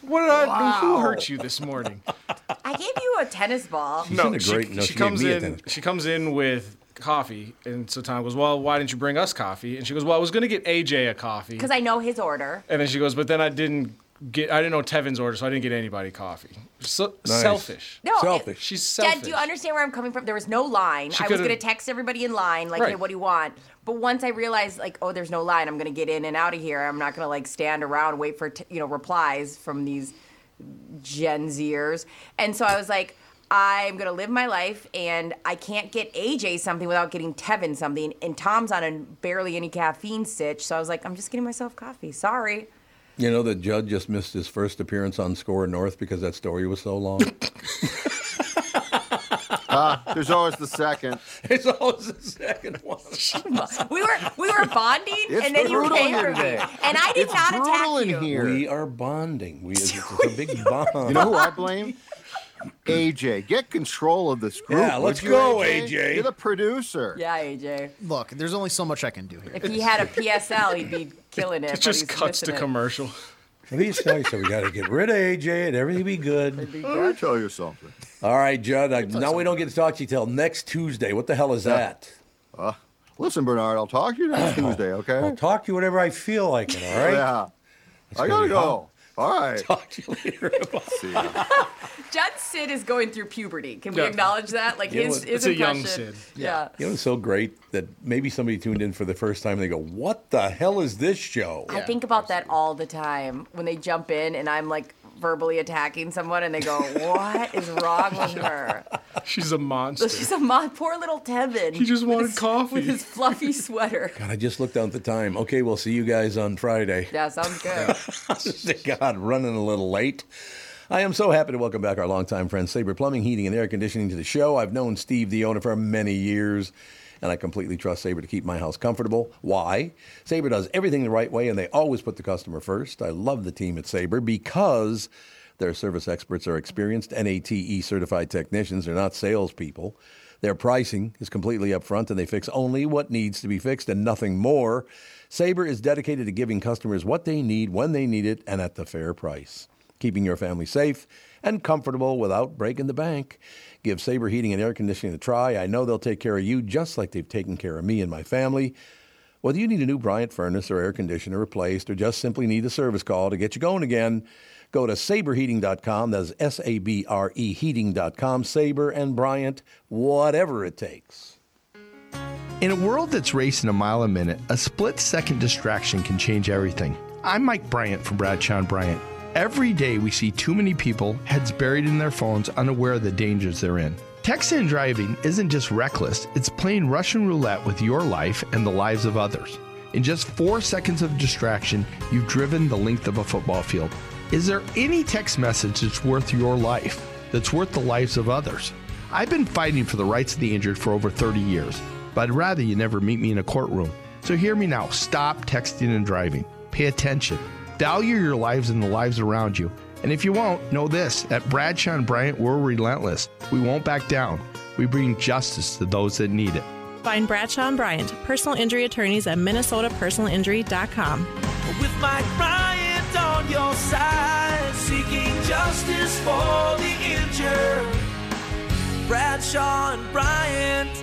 Speaker 4: What did I, Who hurt you this morning?
Speaker 3: I gave you a tennis ball.
Speaker 2: She's in a great- no, she gave
Speaker 4: comes
Speaker 2: me a
Speaker 4: in.
Speaker 2: tennis ball.
Speaker 4: She comes in with coffee, and so Tom goes, "Well, why didn't you bring us coffee?" And she goes, "Well, I was gonna get AJ a coffee."
Speaker 3: Because I know his order.
Speaker 4: And then she goes, "But then I didn't get. I didn't know Tevin's order, so I didn't get anybody coffee." So
Speaker 2: Nice.
Speaker 4: selfish.
Speaker 3: No, it-
Speaker 2: Selfish.
Speaker 4: She's selfish.
Speaker 3: Dad, do you understand where I'm coming from? There was no line.
Speaker 4: She
Speaker 3: I was
Speaker 4: could've-
Speaker 3: going to text everybody in line, like, hey,
Speaker 4: Right.
Speaker 3: what do you want? But once I realized, like, oh, there's no line, I'm going to get in and out of here. I'm not going to, like, stand around, wait for, t- you know, replies from these Gen Zers. And so I was like, I'm going to live my life, and I can't get AJ something without getting Tevin something. And Tom's on a barely any caffeine sitch. So I was like, I'm just getting myself coffee. Sorry.
Speaker 2: You know the judge just missed his first appearance on Score North because that story was so long. uh,
Speaker 6: There's always the second.
Speaker 2: it's always the second one.
Speaker 3: We were we were bonding,
Speaker 6: It's
Speaker 3: and then you
Speaker 6: brutal
Speaker 3: came
Speaker 6: here
Speaker 3: for me.
Speaker 6: today.
Speaker 3: And I did
Speaker 6: It's
Speaker 3: not
Speaker 6: brutal
Speaker 3: attack
Speaker 6: in
Speaker 3: you.
Speaker 6: here.
Speaker 2: We are bonding. We it's, it's a big bond.
Speaker 6: You know who I blame? AJ, get control of this group.
Speaker 2: Yeah,
Speaker 6: would
Speaker 2: let's
Speaker 6: you,
Speaker 2: go, AJ.
Speaker 6: You're the producer.
Speaker 3: Yeah, AJ.
Speaker 5: Look, there's only so much I can do here.
Speaker 3: If he had a PSL, he'd be killing it.
Speaker 4: It
Speaker 3: but
Speaker 4: just
Speaker 3: he's
Speaker 4: cuts to
Speaker 3: missing it.
Speaker 4: commercial.
Speaker 2: These guys said we got to get rid of AJ and everything be good.
Speaker 6: Let me tell you something.
Speaker 2: All right, Judd. I, now we don't get to talk to you till next Tuesday. What the hell is that?
Speaker 6: Listen, Bernard, I'll talk to you next Tuesday, okay?
Speaker 2: I'll talk to you whenever I feel like it. All right.
Speaker 6: Yeah. I gotta
Speaker 2: be
Speaker 6: go. All right.
Speaker 2: Talk to you later.
Speaker 6: See ya.
Speaker 3: Judd Sid is going through puberty. Can we
Speaker 4: Yeah.
Speaker 3: acknowledge that? Like
Speaker 2: Yeah,
Speaker 3: his,
Speaker 2: well,
Speaker 3: his
Speaker 4: it's a young
Speaker 3: impression-
Speaker 4: Sid.
Speaker 3: Yeah.
Speaker 2: You know, it's so great that maybe somebody tuned in for the first time and they go, What the hell is this show?
Speaker 3: I think about that all the time when they jump in and I'm like verbally attacking someone and they go, "What is wrong with her?
Speaker 4: She's a monster.
Speaker 3: She's a mon- poor little Tevin."
Speaker 4: He just wanted coffee.
Speaker 3: with his fluffy sweater.
Speaker 2: God, I just looked down at the time. Okay, we'll see you guys on Friday.
Speaker 3: Yeah, sounds good.
Speaker 2: God, running a little late. I am so happy to welcome back our longtime friend, Sabre Plumbing, Heating, and Air Conditioning to the show. I've known Steve, the owner, for many years, and I completely trust Sabre to keep my house comfortable. Why? Sabre does everything the right way, and they always put the customer first. I love the team at Sabre because E their service experts are experienced NATE certified technicians. They're not salespeople. Their pricing is completely upfront and they fix only what needs to be fixed and nothing more. Sabre is dedicated to giving customers what they need when they need it and at the fair price keeping your family safe and comfortable without breaking the bank. Give Sabre Heating and Air Conditioning a try. I know they'll take care of you just like they've taken care of me and my family. Whether you need a new Bryant furnace or air conditioner replaced or just simply need a service call to get you going again, go to saberheating.com. That's S A B R E heating.com. Sabre and Bryant, whatever it takes.
Speaker 7: In a world that's racing a mile a minute, a split second distraction can change everything. I'm Mike Bryant from Bradshaw and Bryant. Every day we see too many people, heads buried in their phones, unaware of the dangers they're in. Texting and driving isn't just reckless, it's playing Russian roulette with your life and the lives of others. In just four seconds of distraction, you've driven the length of a football field. Is there any text message that's worth your life, that's worth the lives of others? I've been fighting for the rights of the injured for over 30 years, but I'd rather you never meet me in a courtroom. So hear me now stop texting and driving. Pay attention. Value your lives and the lives around you. And if you won't, know this at Bradshaw and Bryant, we're relentless. We won't back down. We bring justice to those that need it.
Speaker 8: Find Bradshaw and Bryant, personal injury attorneys at minnesotapersonalinjury.com.
Speaker 9: With Mike Bryant on your side, seeking justice for the injured. Bradshaw and Bryant.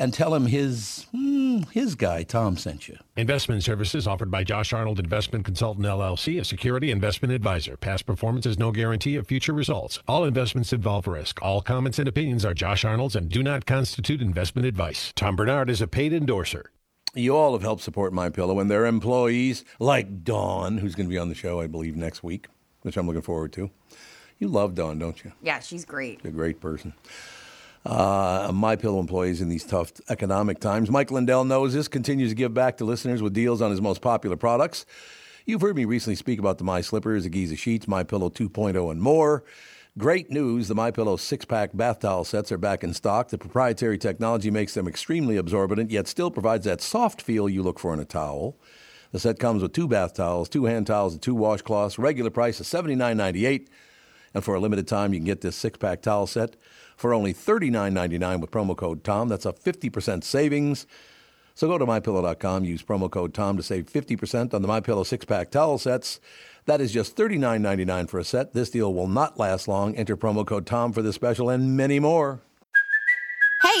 Speaker 2: and tell him his hmm, his guy Tom sent you.
Speaker 10: Investment services offered by Josh Arnold Investment Consultant LLC, a security investment advisor. Past performance is no guarantee of future results. All investments involve risk. All comments and opinions are Josh Arnold's and do not constitute investment advice. Tom Bernard is a paid endorser.
Speaker 2: You all have helped support My Pillow and their employees, like Dawn, who's going to be on the show, I believe, next week, which I'm looking forward to. You love Dawn, don't you?
Speaker 11: Yeah, she's great.
Speaker 2: a great person. Uh, my pillow employees in these tough economic times. Mike Lindell knows this, continues to give back to listeners with deals on his most popular products. You've heard me recently speak about the My Slippers, the Giza Sheets, My Pillow 2.0, and more. Great news, the My Pillow six-pack bath towel sets are back in stock. The proprietary technology makes them extremely absorbent, yet still provides that soft feel you look for in a towel. The set comes with two bath towels, two hand towels, and two washcloths. Regular price is $79.98. And for a limited time, you can get this six pack towel set for only $39.99 with promo code TOM. That's a 50% savings. So go to mypillow.com, use promo code TOM to save 50% on the MyPillow six pack towel sets. That is just $39.99 for a set. This deal will not last long. Enter promo code TOM for this special and many more.
Speaker 3: Hey,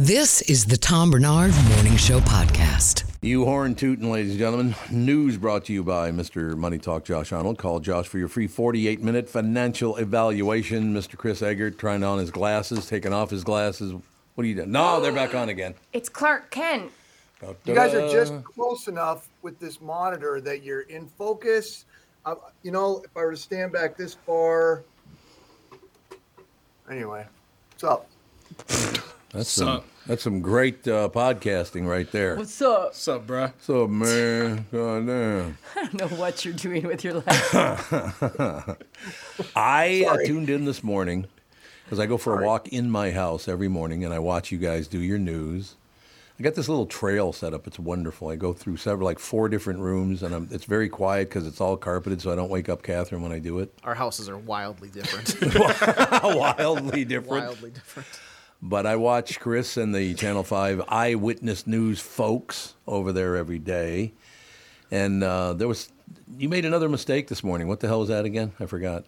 Speaker 1: This is the Tom Bernard Morning Show Podcast.
Speaker 2: You horn tootin', ladies and gentlemen. News brought to you by Mr. Money Talk Josh Arnold. Call Josh for your free 48 minute financial evaluation. Mr. Chris Eggert trying on his glasses, taking off his glasses. What are you doing? No, they're back on again.
Speaker 11: It's Clark Kent.
Speaker 6: You guys are just close enough with this monitor that you're in focus. Uh, you know, if I were to stand back this far. Anyway, what's up?
Speaker 2: That's some, that's some great uh, podcasting right there.
Speaker 11: What's up?
Speaker 4: What's up, bruh?
Speaker 2: So, man, goddamn.
Speaker 11: I don't know what you're doing with your life.
Speaker 2: I uh, tuned in this morning because I go for a walk in my house every morning and I watch you guys do your news. I got this little trail set up. It's wonderful. I go through several, like four different rooms, and I'm, it's very quiet because it's all carpeted, so I don't wake up Catherine when I do it.
Speaker 12: Our houses are wildly different.
Speaker 2: Wildly different.
Speaker 12: wildly different.
Speaker 2: But I watch Chris and the Channel 5 Eyewitness News folks over there every day. And uh, there was, you made another mistake this morning. What the hell was that again? I forgot.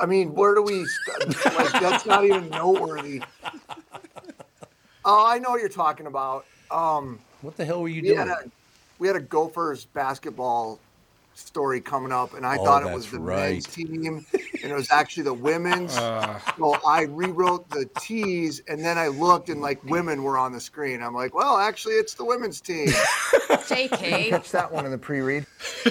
Speaker 7: I mean, where do we? st- like, that's not even noteworthy. Oh, I know what you're talking about. Um,
Speaker 2: what the hell were you
Speaker 7: we Had a,
Speaker 2: doing?
Speaker 7: we had a Gophers basketball story coming up, and I
Speaker 2: Oh,
Speaker 7: thought it was
Speaker 2: that's
Speaker 7: the
Speaker 2: right.
Speaker 7: men's team, and it was actually the women's.
Speaker 4: Uh.
Speaker 7: so I rewrote the T's, and then I looked, and like women were on the screen. I'm like, well, actually, it's the women's team.
Speaker 3: JK.
Speaker 7: that one in the pre-read.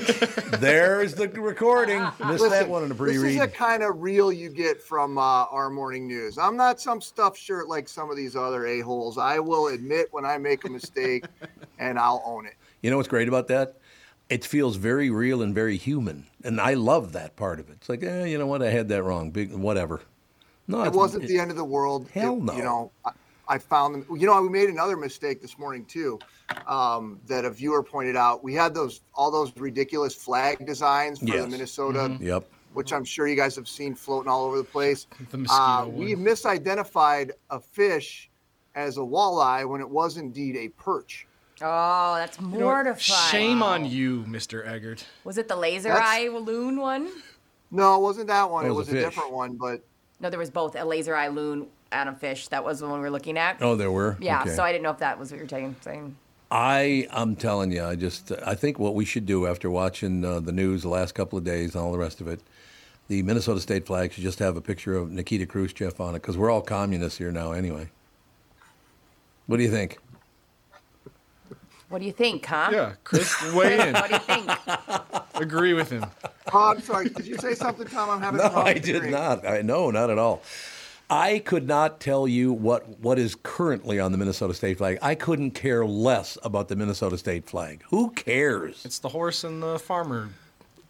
Speaker 2: There's the recording. Missed that
Speaker 7: Listen,
Speaker 2: one in the
Speaker 7: This is
Speaker 2: pre-read.
Speaker 7: the kind of reel you get from uh, our morning news. I'm not some stuff shirt like some of these other a-holes. I will admit when I make a mistake, and I'll own it.
Speaker 2: You know what's great about that? It feels very real and very human, and I love that part of it. It's like, eh, you know what? I had that wrong. Big, whatever. No,
Speaker 7: it
Speaker 2: it's-
Speaker 7: wasn't
Speaker 2: it-
Speaker 7: the end of the world.
Speaker 2: Hell
Speaker 7: It-
Speaker 2: no.
Speaker 7: You know, I, I found them. You know, we made another mistake this morning too. Um, that a viewer pointed out. We had those all those ridiculous flag designs for the
Speaker 2: Yes. Mm-hmm.
Speaker 7: Minnesota,
Speaker 2: Yep.
Speaker 7: which I'm sure you guys have seen floating all over the place.
Speaker 4: The
Speaker 2: mosquito
Speaker 7: Uh, we misidentified a fish as a walleye when it was indeed a perch.
Speaker 3: Oh, that's mortifying.
Speaker 4: Shame on you, Mr. Eggert.
Speaker 3: Was it the laser
Speaker 7: That's-
Speaker 3: eye loon one?
Speaker 7: No, it wasn't that one.
Speaker 2: Oh,
Speaker 4: That
Speaker 7: It
Speaker 4: was
Speaker 7: was
Speaker 4: a
Speaker 7: a,
Speaker 4: fish.
Speaker 7: different one, but
Speaker 3: No, there was both a laser eye loon and a fish. That was the one we were looking at.
Speaker 2: Oh, there were?
Speaker 3: Yeah,
Speaker 2: Okay.
Speaker 3: so I didn't know if that was what you were taking, saying.
Speaker 2: I I'm telling you, I just I think what we should do after watching uh, the news the last couple of days and all the rest of it, the Minnesota state flag should just have a picture of Nikita Khrushchev on it because we're all communists here now anyway. What do you think?
Speaker 3: What do you think, huh?
Speaker 4: Yeah, Chris, weigh in.
Speaker 3: What do you think?
Speaker 4: Agree with him.
Speaker 7: oh, I'm sorry. Did you say something, Tom? I'm having
Speaker 2: No,
Speaker 7: a problem
Speaker 2: I did
Speaker 7: hearing.
Speaker 2: not. I no, not at all. I could not tell you what what is currently on the Minnesota state flag. I couldn't care less about the Minnesota state flag. Who cares?
Speaker 4: It's the horse and the farmer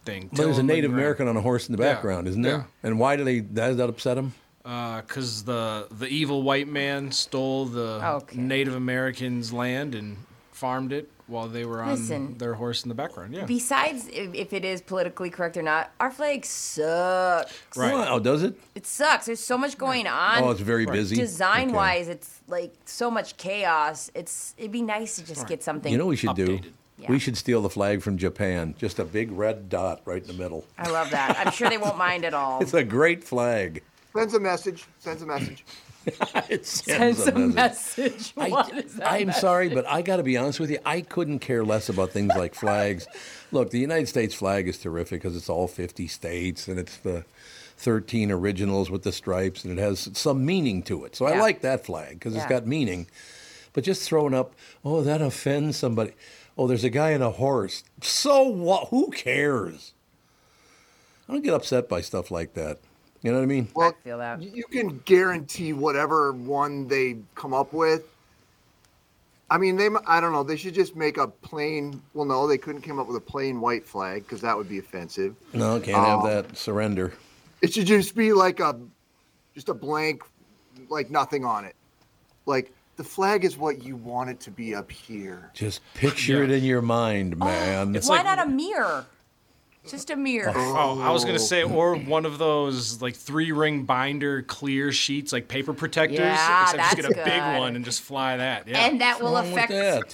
Speaker 4: thing.
Speaker 2: But there's a Native American on a horse in the
Speaker 4: Yeah,
Speaker 2: background, isn't there? And why do they? Does that upset them?
Speaker 4: Because Uh, the the evil white man stole the
Speaker 3: Okay.
Speaker 4: Native Americans' land and farmed it while they were on
Speaker 3: Listen.
Speaker 4: their horse in the background. Yeah.
Speaker 3: Besides, if if it is politically correct or not, our flag sucks.
Speaker 2: Oh, does it?
Speaker 3: It sucks. There's so much going on.
Speaker 2: Oh, it's very Right. busy?
Speaker 3: Design
Speaker 2: Okay.
Speaker 3: wise, it's like so much chaos. It's it'd be nice to just get something.
Speaker 2: You know what we should do?
Speaker 3: Yeah.
Speaker 2: We should steal the flag from Japan. Just a big red dot right in the middle.
Speaker 3: I love that. I'm sure they won't mind at all.
Speaker 2: It's a great flag.
Speaker 7: Um, Sends a message. Sends a message.
Speaker 2: it
Speaker 3: Sends a message.
Speaker 2: I-
Speaker 3: What is that
Speaker 2: I'm
Speaker 3: message?
Speaker 2: sorry, but I got to be honest with you. I couldn't care less about things like flags. Look, the United States flag is terrific because it's all 50 states and it's the 13 originals with the stripes and it has some meaning to it. So I
Speaker 13: Yeah.
Speaker 2: like that flag because it's
Speaker 13: Yeah.
Speaker 2: got meaning. But just throwing up, oh, that offends somebody. Oh, there's a guy and a horse. So what? Who cares? I don't get upset by stuff like that. You know what I mean?
Speaker 7: Well,
Speaker 3: feel that.
Speaker 7: You can guarantee whatever one they come up with. I mean, they. m- I don't know. They should just make a plain. Well, no, they couldn't come up with a plain white flag because that would be offensive.
Speaker 2: No, can't
Speaker 7: Um,
Speaker 2: have that. Surrender.
Speaker 7: It should just be like a, just a blank, like nothing on it. Like the flag is what you want it to be up here.
Speaker 2: Just picture it in your mind,
Speaker 7: Oh,
Speaker 2: man.
Speaker 3: Why not a mirror? Just a mirror.
Speaker 4: Oh, I was gonna say, or one of those like three ring binder clear sheets, like paper protectors.
Speaker 3: Yeah,
Speaker 4: except just
Speaker 3: that's
Speaker 4: get a
Speaker 3: good.
Speaker 4: big one and just fly that. Yeah.
Speaker 3: And that will affect.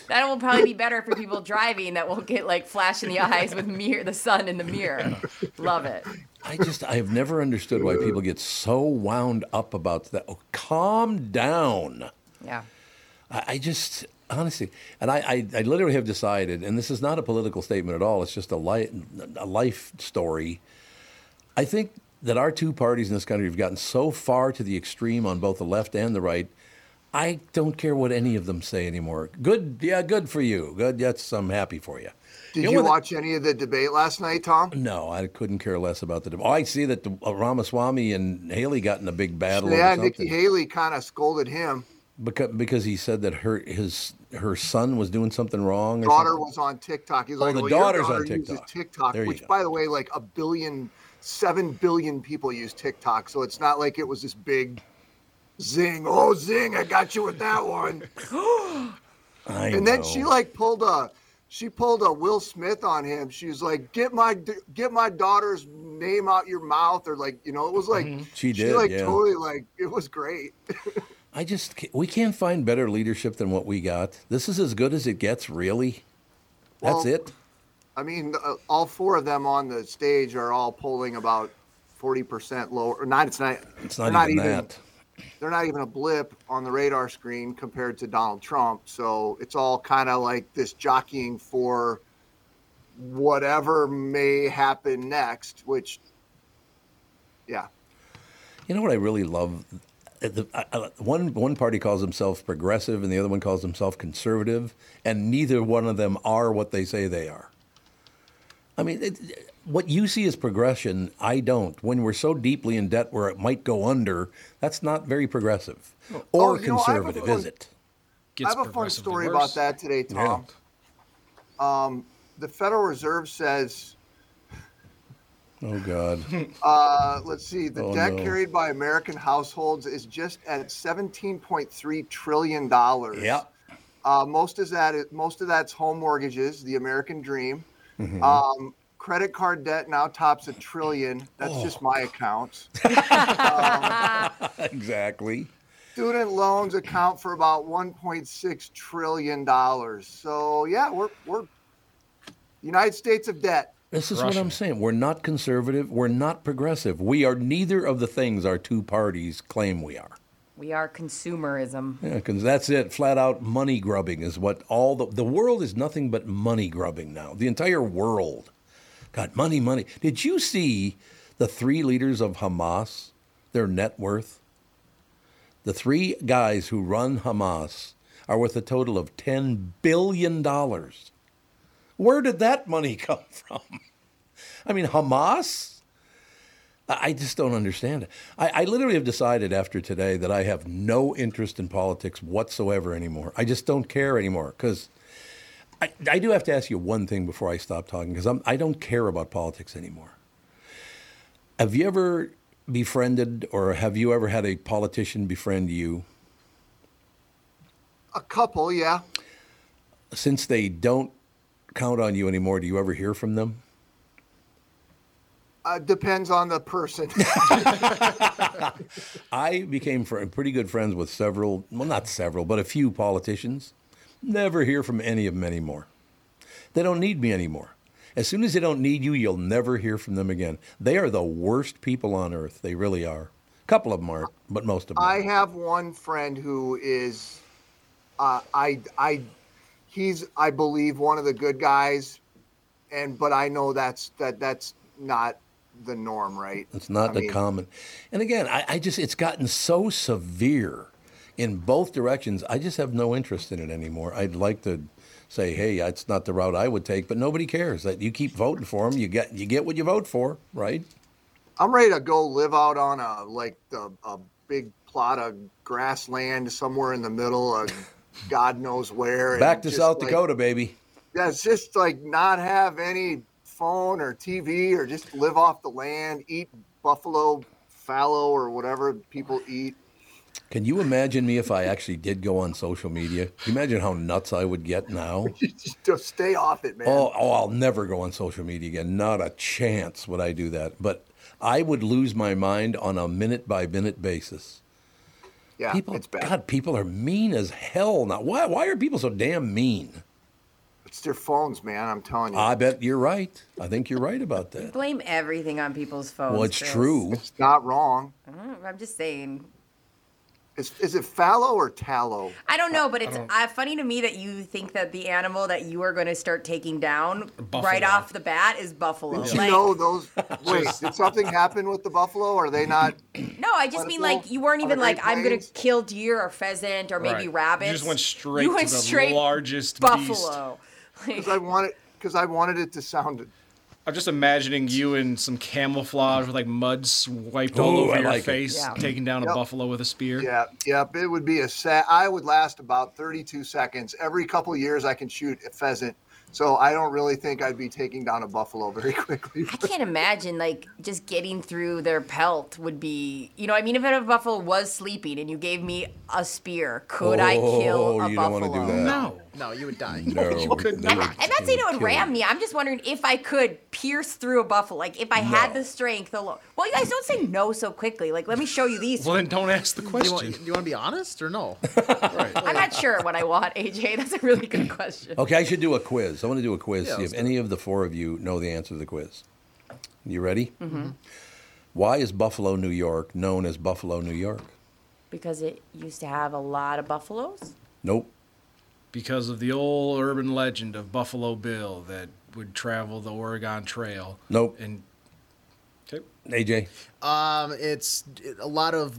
Speaker 3: That? will probably be better for people driving that will get like flash in the eyes with mirror the sun in the mirror. Love it.
Speaker 2: I just I have never understood why people get so wound up about that. Oh, calm down.
Speaker 3: Yeah.
Speaker 2: I, I just honestly, and I, I I literally have decided, and this is not a political statement at all. It's just a life a life story. I think that our two parties in this country have gotten so far to the extreme on both the left and the right. I don't care what any of them say anymore. Good, yeah, good for you. Good, yes, I'm happy for you.
Speaker 7: Did
Speaker 2: know
Speaker 7: you,
Speaker 2: what the-
Speaker 7: watch any of the debate last night, Tom?
Speaker 2: No, I couldn't care less about the. deb- Oh, I see that the, uh, Ramaswamy and Haley got in a big battle.
Speaker 7: Yeah,
Speaker 2: over something
Speaker 7: Nikki Haley kind of scolded him.
Speaker 2: because because he said that her his her son was doing something wrong. Or
Speaker 7: daughter
Speaker 2: something.
Speaker 7: was on TikTok. He's
Speaker 2: Oh,
Speaker 7: like,
Speaker 2: the
Speaker 7: well, your
Speaker 2: daughter's
Speaker 7: daughter
Speaker 2: on
Speaker 7: uses
Speaker 2: TikTok.
Speaker 7: TikTok,
Speaker 2: There you
Speaker 7: which,
Speaker 2: go.
Speaker 7: by the way, like a billion, seven billion people use TikTok. So it's not like it was this big zing. Oh, zing! I got you with that one.
Speaker 2: I
Speaker 7: and then
Speaker 2: know.
Speaker 7: she like pulled a, she pulled a Will Smith on him. She was like, get my d- get my daughter's name out your mouth or like you know it was like
Speaker 2: She did,
Speaker 7: like
Speaker 2: yeah.
Speaker 7: totally like it was great.
Speaker 2: I just ca- we can't find better leadership than what we got. This is as good as it gets, really. That's
Speaker 7: Well,
Speaker 2: it.
Speaker 7: I mean, uh, all four of them on the stage are all polling about forty percent lower. Or not, it's not.
Speaker 2: It's
Speaker 7: they're
Speaker 2: not, even, that.
Speaker 7: They're not even a blip on the radar screen compared to Donald Trump. So it's all kind of like this jockeying for whatever may happen next. Which, yeah,
Speaker 2: You know what I really love? Uh, the- I- I- One one party calls himself progressive, and the other one calls himself conservative, and neither one of them are what they say they are. I mean, it, what you see as progression, I don't. When we're so deeply in debt where it might go under, that's not very progressive or
Speaker 7: Oh, you know, I have a
Speaker 2: conservative, is
Speaker 7: fun-
Speaker 2: it?
Speaker 7: I have a fun story about that today,
Speaker 2: Yeah.
Speaker 7: Tom. Um, the Federal Reserve says
Speaker 2: Oh God.
Speaker 7: Uh, let's see. The
Speaker 2: Oh,
Speaker 7: debt
Speaker 2: no.
Speaker 7: carried by American households is just at seventeen point three trillion dollars.
Speaker 2: Yep.
Speaker 7: Uh, most is that most of that's home mortgages, the American dream.
Speaker 2: Mhm.
Speaker 7: Um, credit card debt now tops a trillion. That's
Speaker 2: Oh.
Speaker 7: just my accounts.
Speaker 2: exactly.
Speaker 7: Student loans account for about one point six trillion dollars. So yeah, we're we're United States of debt.
Speaker 2: This is what I'm saying. We're not conservative. We're not progressive. We are neither of the things our two parties claim we are.
Speaker 3: We are consumerism.
Speaker 2: Yeah, because that's it. Flat out money grubbing is what all the the world is nothing but money grubbing now. The entire world, God, money, money. Did you see the three leaders of Hamas? Their net worth. The three guys who run Hamas are worth a total of ten billion dollars. Where did that money come from? I mean, Hamas. I I just don't understand it. I, I literally have decided after today that I have no interest in politics whatsoever anymore. I just don't care anymore because I, I do have to ask you one thing before I stop talking because I don't care about politics anymore. Have you ever befriended or have you ever had a politician befriend you?
Speaker 7: A couple, yeah.
Speaker 2: Since they don't count on you anymore, do you ever hear from them?
Speaker 7: Uh, depends on the person.
Speaker 2: I became fr- pretty good friends with several, well, not several, but a few politicians. Never hear from any of them anymore. They don't need me anymore. As soon as they don't need you, you'll never hear from them again. They are the worst people on earth. They really are. A couple of them aren't, but most of them.
Speaker 7: I have one friend who is, uh, I, I, he's, I believe, one of the good guys, and but I know that's that that's not the norm, right?
Speaker 2: It's not
Speaker 7: I
Speaker 2: the
Speaker 7: mean,
Speaker 2: common. And again, I, I just, it's gotten so severe in both directions. I just have no interest in it anymore. I'd like to say, hey, it's not the route I would take, but nobody cares. That You keep voting for them, you get, you get what you vote for, right?
Speaker 7: I'm ready to go live out on a like the, a big plot of grassland somewhere in the middle of God knows where. and
Speaker 2: Back to
Speaker 7: just,
Speaker 2: South
Speaker 7: like,
Speaker 2: Dakota, baby.
Speaker 7: Yeah, it's just like not have any phone or TV or just live off the land, eat buffalo fallow or whatever people eat.
Speaker 2: Can you imagine me if I actually did go on social media? Can you imagine how nuts I would get now?
Speaker 7: Just stay off it, man.
Speaker 2: Oh, oh, I'll never go on social media again. Not a chance would I do that. But I would lose my mind on a minute by minute basis.
Speaker 7: yeah,
Speaker 2: people,
Speaker 7: it's bad.
Speaker 2: God, people are mean as hell now. Why, why are people so damn mean?
Speaker 7: It's their phones, man. I'm telling you.
Speaker 2: I bet you're right. I think you're right about that.
Speaker 3: Blame everything on people's phones.
Speaker 2: Well, it's
Speaker 3: Chris.
Speaker 2: true.
Speaker 7: It's not wrong.
Speaker 3: I don't know, I'm just saying.
Speaker 7: Is, is it fallow or tallow?
Speaker 3: I don't know, but it's
Speaker 7: don't-
Speaker 3: uh, funny to me that you think that the animal that you are going to start taking down
Speaker 7: Buffalo.
Speaker 3: right off the bat is
Speaker 2: Oh,
Speaker 3: buffalo.
Speaker 7: Did you
Speaker 3: Like,
Speaker 7: know those? Wait, did something happen with the buffalo? Are they not?
Speaker 3: no, I just mean like you weren't
Speaker 7: On the
Speaker 3: even like
Speaker 7: Great
Speaker 3: I'm going to
Speaker 7: Plains?
Speaker 3: kill deer or pheasant or maybe
Speaker 4: Right.
Speaker 3: rabbit.
Speaker 4: You just went straight
Speaker 3: You
Speaker 4: to
Speaker 3: went
Speaker 4: the
Speaker 3: straight
Speaker 4: largest beast.
Speaker 3: buffalo. Like,
Speaker 7: Because I wanted, because I wanted it to sound.
Speaker 4: I'm just imagining you in some camouflage with like mud wiped all
Speaker 2: Ooh,
Speaker 4: over
Speaker 2: I
Speaker 4: your
Speaker 2: like it.
Speaker 4: face,
Speaker 7: Yeah.
Speaker 4: taking down a
Speaker 7: Yep.
Speaker 4: buffalo with a spear.
Speaker 7: Yeah, yep. It would be a set. I would last about 32 seconds. Every couple years, I can shoot a pheasant. So I don't really think I'd be taking down a buffalo very quickly.
Speaker 3: I can't imagine like just getting through their pelt would be, you know, I mean, if a buffalo was sleeping and you gave me a spear, could I kill
Speaker 2: Oh,
Speaker 3: a
Speaker 2: you don't
Speaker 3: buffalo?
Speaker 2: wanna do that.
Speaker 5: No, no, you would die.
Speaker 2: No,
Speaker 5: you could
Speaker 2: no.
Speaker 5: not.
Speaker 3: I'm not saying it would
Speaker 5: Kill
Speaker 3: ram me. I'm just wondering if I could pierce through a buffalo. Like if I had the strength alone. Well, you guys don't say no so quickly. Like let me show you these.
Speaker 4: Well, then don't ask the
Speaker 5: Do you, want,
Speaker 4: question.
Speaker 5: do you want to be honest or no?
Speaker 3: I'm not sure what I want, AJ. That's a really good question.
Speaker 2: Okay, I should do a quiz. I want to do a quiz.
Speaker 3: Yeah,
Speaker 2: see
Speaker 3: let's
Speaker 2: if any of the four of you know the answer to the quiz. You ready? Mm-hmm. Why is Buffalo, New York, known as Buffalo, New York?
Speaker 3: Because it used to have a lot of buffaloes.
Speaker 2: Nope.
Speaker 4: Because of the old urban legend of Buffalo Bill that would travel the Oregon Trail.
Speaker 2: Nope.
Speaker 4: And okay.
Speaker 2: AJ.
Speaker 5: Um, it's a lot of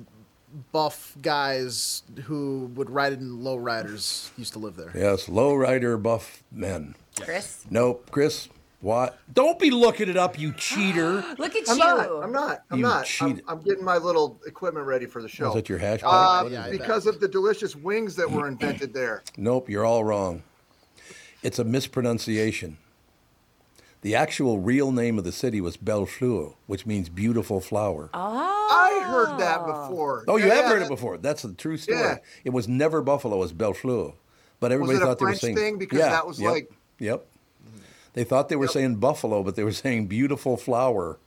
Speaker 5: buff guys who would ride in low riders used to live there.
Speaker 2: Yes, lowrider buff men.
Speaker 3: Chris?
Speaker 2: Nope. Chris, what? Don't be looking it up, you cheater.
Speaker 3: Look at
Speaker 7: I'm
Speaker 3: you.
Speaker 7: Not, I'm not. I'm
Speaker 2: You
Speaker 7: not. I'm,
Speaker 2: cheated.
Speaker 7: I'm getting my little equipment ready for the show.
Speaker 2: Was that your hash
Speaker 7: Uh,
Speaker 2: pipe? What is it?
Speaker 7: because of the delicious wings that were invented there.
Speaker 2: Nope, you're all wrong. It's a mispronunciation. The actual real name of the city was Bellefleur, which means beautiful flower.
Speaker 7: I heard that before.
Speaker 2: Oh, you
Speaker 7: Yeah,
Speaker 2: have heard
Speaker 7: that-
Speaker 2: it before. That's a true story.
Speaker 7: Yeah.
Speaker 2: It was never Buffalo, it was Bellefleur. But everybody
Speaker 7: it a
Speaker 2: thought they were
Speaker 7: French
Speaker 2: saying
Speaker 7: thing? Because that was
Speaker 2: yep,
Speaker 7: like-
Speaker 2: Yep. They thought they were saying Buffalo, but they were saying beautiful flower.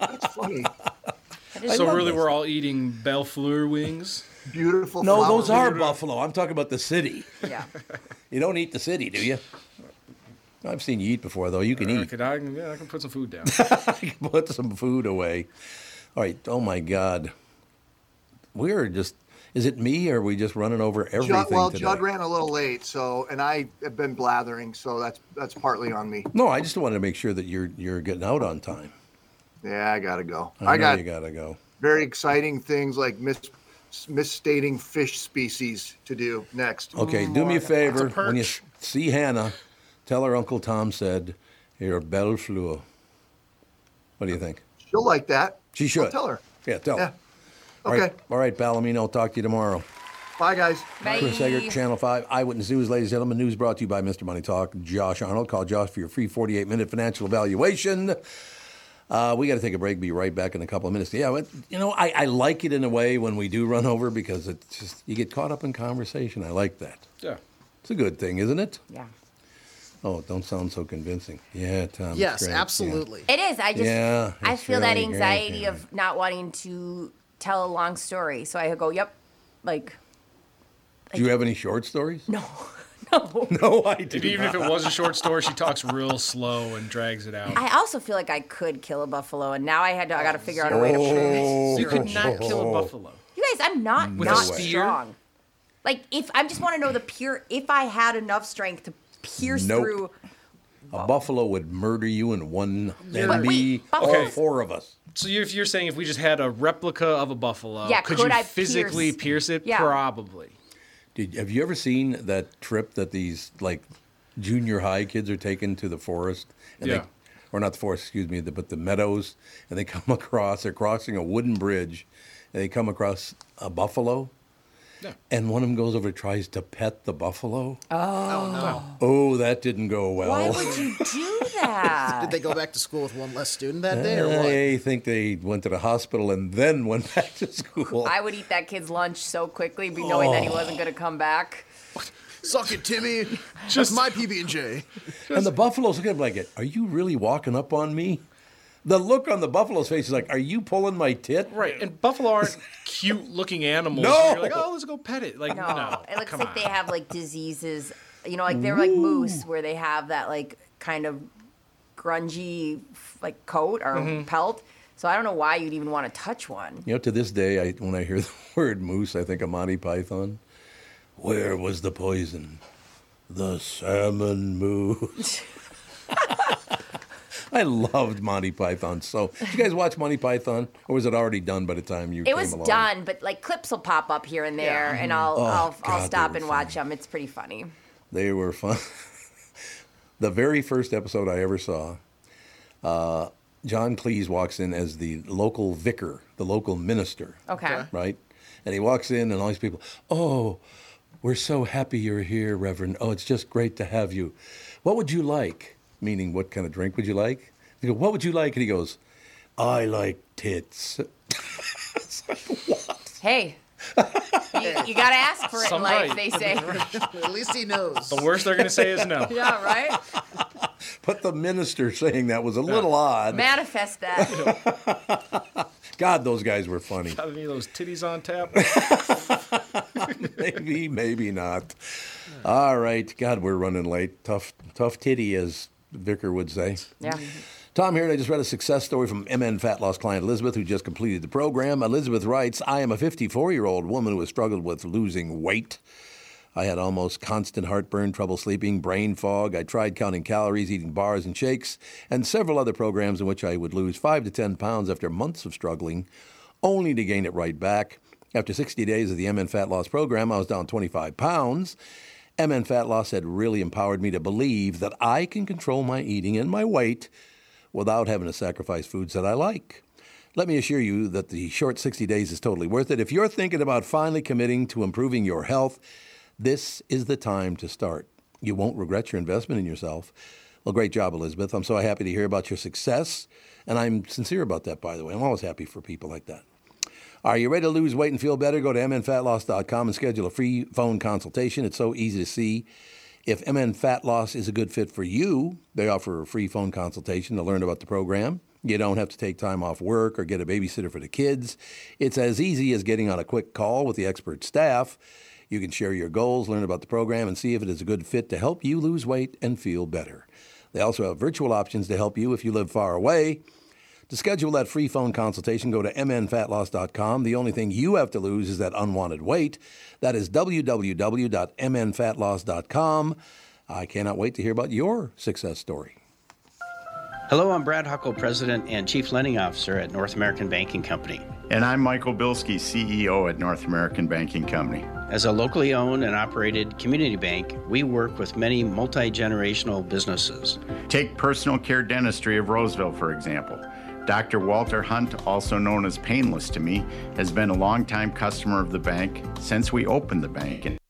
Speaker 7: That's funny.
Speaker 3: I
Speaker 4: So
Speaker 2: love
Speaker 4: really,
Speaker 2: this.
Speaker 4: we're all eating Bellefleur wings.
Speaker 7: Beautiful.
Speaker 2: No,
Speaker 4: flower.
Speaker 2: those are
Speaker 4: Beautiful.
Speaker 2: Buffalo. I'm talking about the city.
Speaker 3: Yeah.
Speaker 2: You don't eat the city, do you? I've seen you eat before, though. You can
Speaker 4: I
Speaker 2: eat.
Speaker 4: can, I can, yeah, I can put some food down.
Speaker 2: put some food away. All right. Oh my God. We're just. Is it me or are we just running over everything
Speaker 7: Judd, well,
Speaker 2: today?
Speaker 7: Judd ran a little late, so and I have been blathering, so that's that's partly on me.
Speaker 2: no, I just wanted to make sure that you're you're getting out on time.
Speaker 7: Yeah, I gotta go.
Speaker 2: I,
Speaker 7: I,
Speaker 2: know
Speaker 7: got
Speaker 2: you gotta go.
Speaker 7: very exciting things like mis, misstating fish species to do next.
Speaker 2: Okay, do me a favor.
Speaker 7: That's a
Speaker 2: when you
Speaker 7: perch.
Speaker 2: see Hannah, tell her Uncle Tom said you're a belle fleur. What do you think?
Speaker 7: She'll like that.
Speaker 2: She should.
Speaker 7: I'll tell her.
Speaker 2: Yeah, tell her. All
Speaker 7: Okay.
Speaker 2: right, all right, Palomino. I'll talk to you tomorrow.
Speaker 7: Bye, guys.
Speaker 2: Chris Egert, Channel 5, Eyewitness News, ladies and gentlemen. News brought to you by Mr. Money Talk. Josh Arnold. Call Josh for your free 48 minute financial evaluation. Uh, we got to take a break. Be right back in a couple of minutes. Yeah, but, you know, I, I like it in a way when we do run over because it's just, you get caught up in conversation. I like that.
Speaker 4: Yeah.
Speaker 2: It's a good thing, isn't it?
Speaker 3: Yeah.
Speaker 2: Oh, don't sound so convincing. Yeah, Tom. it's
Speaker 5: Yes,
Speaker 2: great. Yeah.
Speaker 5: absolutely.
Speaker 3: It is. I just
Speaker 2: Yeah,
Speaker 3: I
Speaker 2: it's
Speaker 3: feel that
Speaker 2: really great,
Speaker 3: anxiety
Speaker 2: yeah.
Speaker 3: of not wanting to tell a long story. So I go, "Yep." Like
Speaker 2: Do you have any short stories?
Speaker 3: No.
Speaker 2: No, I do.
Speaker 4: And even if it
Speaker 2: not.
Speaker 4: was a short story, she talks real slow and drags it out.
Speaker 3: I also feel like I could kill a buffalo and now I had to I got to figure out a way to prove
Speaker 2: Oh,
Speaker 3: it.
Speaker 4: You could not kill a buffalo.
Speaker 3: You guys, I'm not
Speaker 4: With a
Speaker 3: not
Speaker 4: spear?
Speaker 3: strong. Like if I just want to know the pure if I had enough strength to pierce
Speaker 2: Nope.
Speaker 3: through
Speaker 2: A buffalo would murder you in one,
Speaker 4: Yeah.
Speaker 2: and
Speaker 4: But
Speaker 2: me,
Speaker 4: wait,
Speaker 2: all
Speaker 4: buffaloes-
Speaker 2: four of us.
Speaker 4: So you, if you're saying if we just had a replica of a buffalo,
Speaker 3: Yeah,
Speaker 4: could,
Speaker 3: could
Speaker 4: you
Speaker 3: I
Speaker 4: physically
Speaker 3: pierce-
Speaker 4: pierce, it?
Speaker 3: Yeah.
Speaker 4: Probably.
Speaker 2: Did, have you ever seen that trip that these like junior high kids are taken to the forest?
Speaker 4: Yeah.
Speaker 2: They, or not the forest, excuse me, the, but the meadows, and they come across. They're crossing a wooden bridge, and they come across a buffalo,
Speaker 4: Yeah.
Speaker 2: and one of them goes over and tries to pet the buffalo.
Speaker 5: Oh, no.
Speaker 2: Oh, that didn't go well.
Speaker 5: Why
Speaker 3: would you do that?
Speaker 5: Did they go back to school with one less student that day or what?
Speaker 2: I think they went to the hospital and then went back to school.
Speaker 3: I would eat that kid's lunch so quickly, be knowing that he
Speaker 2: Oh.
Speaker 3: wasn't going to come back.
Speaker 5: Suck it, Timmy. Just my PB and J.
Speaker 2: And the buffalo's looking at him like, "Are you really walking up on me?" The look on the buffalo's face is like, "Are you pulling my tit?"
Speaker 4: Right. And buffalo aren't cute looking animals.
Speaker 2: No.
Speaker 4: where You're like, oh, let's go pet it. Like, no.
Speaker 3: it looks
Speaker 4: come
Speaker 3: like
Speaker 4: on.
Speaker 3: they have like diseases. You know, like they're like moose, where they have that like kind of grungy like coat or
Speaker 4: Mm-hmm.
Speaker 2: Mhm.
Speaker 3: pelt. So I don't know why you'd even want to touch one.
Speaker 2: You know, to this day, I, when I hear the word moose, I think of Monty Python. Where was the poison? The salmon moose. I loved Monty Python so. Did you guys watch Monty Python, or was it already done by the time you
Speaker 3: It
Speaker 2: came
Speaker 3: was
Speaker 2: along?
Speaker 3: done, but like clips will pop up here and there, and I'll
Speaker 2: Oh,
Speaker 3: I'll,
Speaker 2: God,
Speaker 3: I'll
Speaker 2: they
Speaker 3: stop
Speaker 2: were
Speaker 3: and watch them. It's pretty funny.
Speaker 2: They were fun. the very first episode I ever saw, uh, John Cleese walks in as the local vicar, the local minister.
Speaker 3: Okay. Okay.
Speaker 2: Right? And he walks in, and all these people, oh, We're so happy you're here, Reverend. Oh, it's just great to have you. What would you like? Meaning, what kind of drink would you like? They go, What would you like? And he goes, I like tits.
Speaker 3: Hey, you, you gotta ask for it
Speaker 4: Some
Speaker 3: in life,
Speaker 4: right.
Speaker 3: they say.
Speaker 5: At least he knows.
Speaker 4: The worst they're going to say is no.
Speaker 3: Yeah, right?
Speaker 2: But the minister saying that was a little odd.
Speaker 3: Manifest that.
Speaker 2: God, those guys were funny.
Speaker 4: Got any of those titties on tap?
Speaker 2: maybe, maybe not. All right. God, we're running late. Tough, tough titty, as Vicar would say.
Speaker 3: Yeah.
Speaker 2: Tom here, and I just read a success story from MN Fat Loss client Elizabeth, who just completed the program. Elizabeth writes I am a 54 year old woman who has struggled with losing weight. I had almost constant heartburn, trouble sleeping, brain fog. I tried counting calories, eating bars and shakes, and several other programs in which I would lose 5 to 10 pounds after months of struggling, only to gain it right back. After 60 days of the MN Fat Loss program, I was down 25 pounds. MN Fat Loss had really empowered me to believe that I can control my eating and my weight without having to sacrifice foods that I like. Let me assure you that the short 60 days is totally worth it. If you're thinking about finally committing to improving your health, this is the time to start. You won't regret your investment in yourself. Well, great job, Elizabeth. I'm so happy to hear about your success. And I'm sincere about that, by the way. I'm always happy for people like that. Are you ready to lose weight and feel better? Go to mnfatloss.com and schedule a free phone consultation. It's so easy to see if MN Fat Loss is a good fit for you. They offer a free phone consultation to learn about the program. You don't have to take time off work or get a babysitter for the kids. It's as easy as getting on a quick call with the expert staff. You can share your goals, learn about the program, and see if it is a good fit to help you lose weight and feel better. They also have virtual options to help you if you live far away. To schedule that free phone consultation, go to mnfatloss.com. The only thing you have to lose is that unwanted weight. That is www.mnfatloss.com. I cannot wait to hear about your success story.
Speaker 13: Hello, I'm Brad Huckle, President and Chief Lending Officer at North American Banking Company.
Speaker 14: And I'm Michael Bilski, CEO at North American Banking Company.
Speaker 13: As a locally owned and operated community bank, we work with many multi generational businesses.
Speaker 14: Take personal care dentistry of Roseville, for example. Dr. Walter Hunt, also known as Painless to me, has been a longtime customer of the bank since we opened the bank in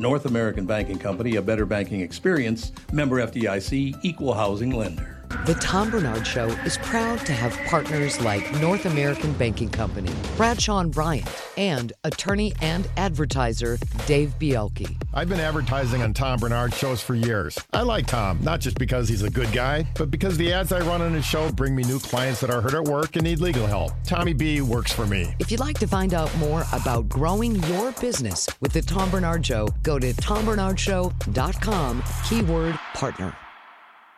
Speaker 2: North American Banking Company, a better banking experience, member FDIC, equal housing lender.
Speaker 1: The Tom Bernard Show is proud to have partners like North American Banking Company, Bradshaw and Bryant, and attorney and advertiser Dave Bielke.
Speaker 15: I've been advertising on Tom Bernard shows for years. I like Tom, not just because he's a good guy, but because the ads I run on his show bring me new clients that are hurt at work and need legal help. Tommy B works for me.
Speaker 1: If you'd like to find out more about growing your business with the Tom Bernard Show, go to tombernardshow.com, keyword partner.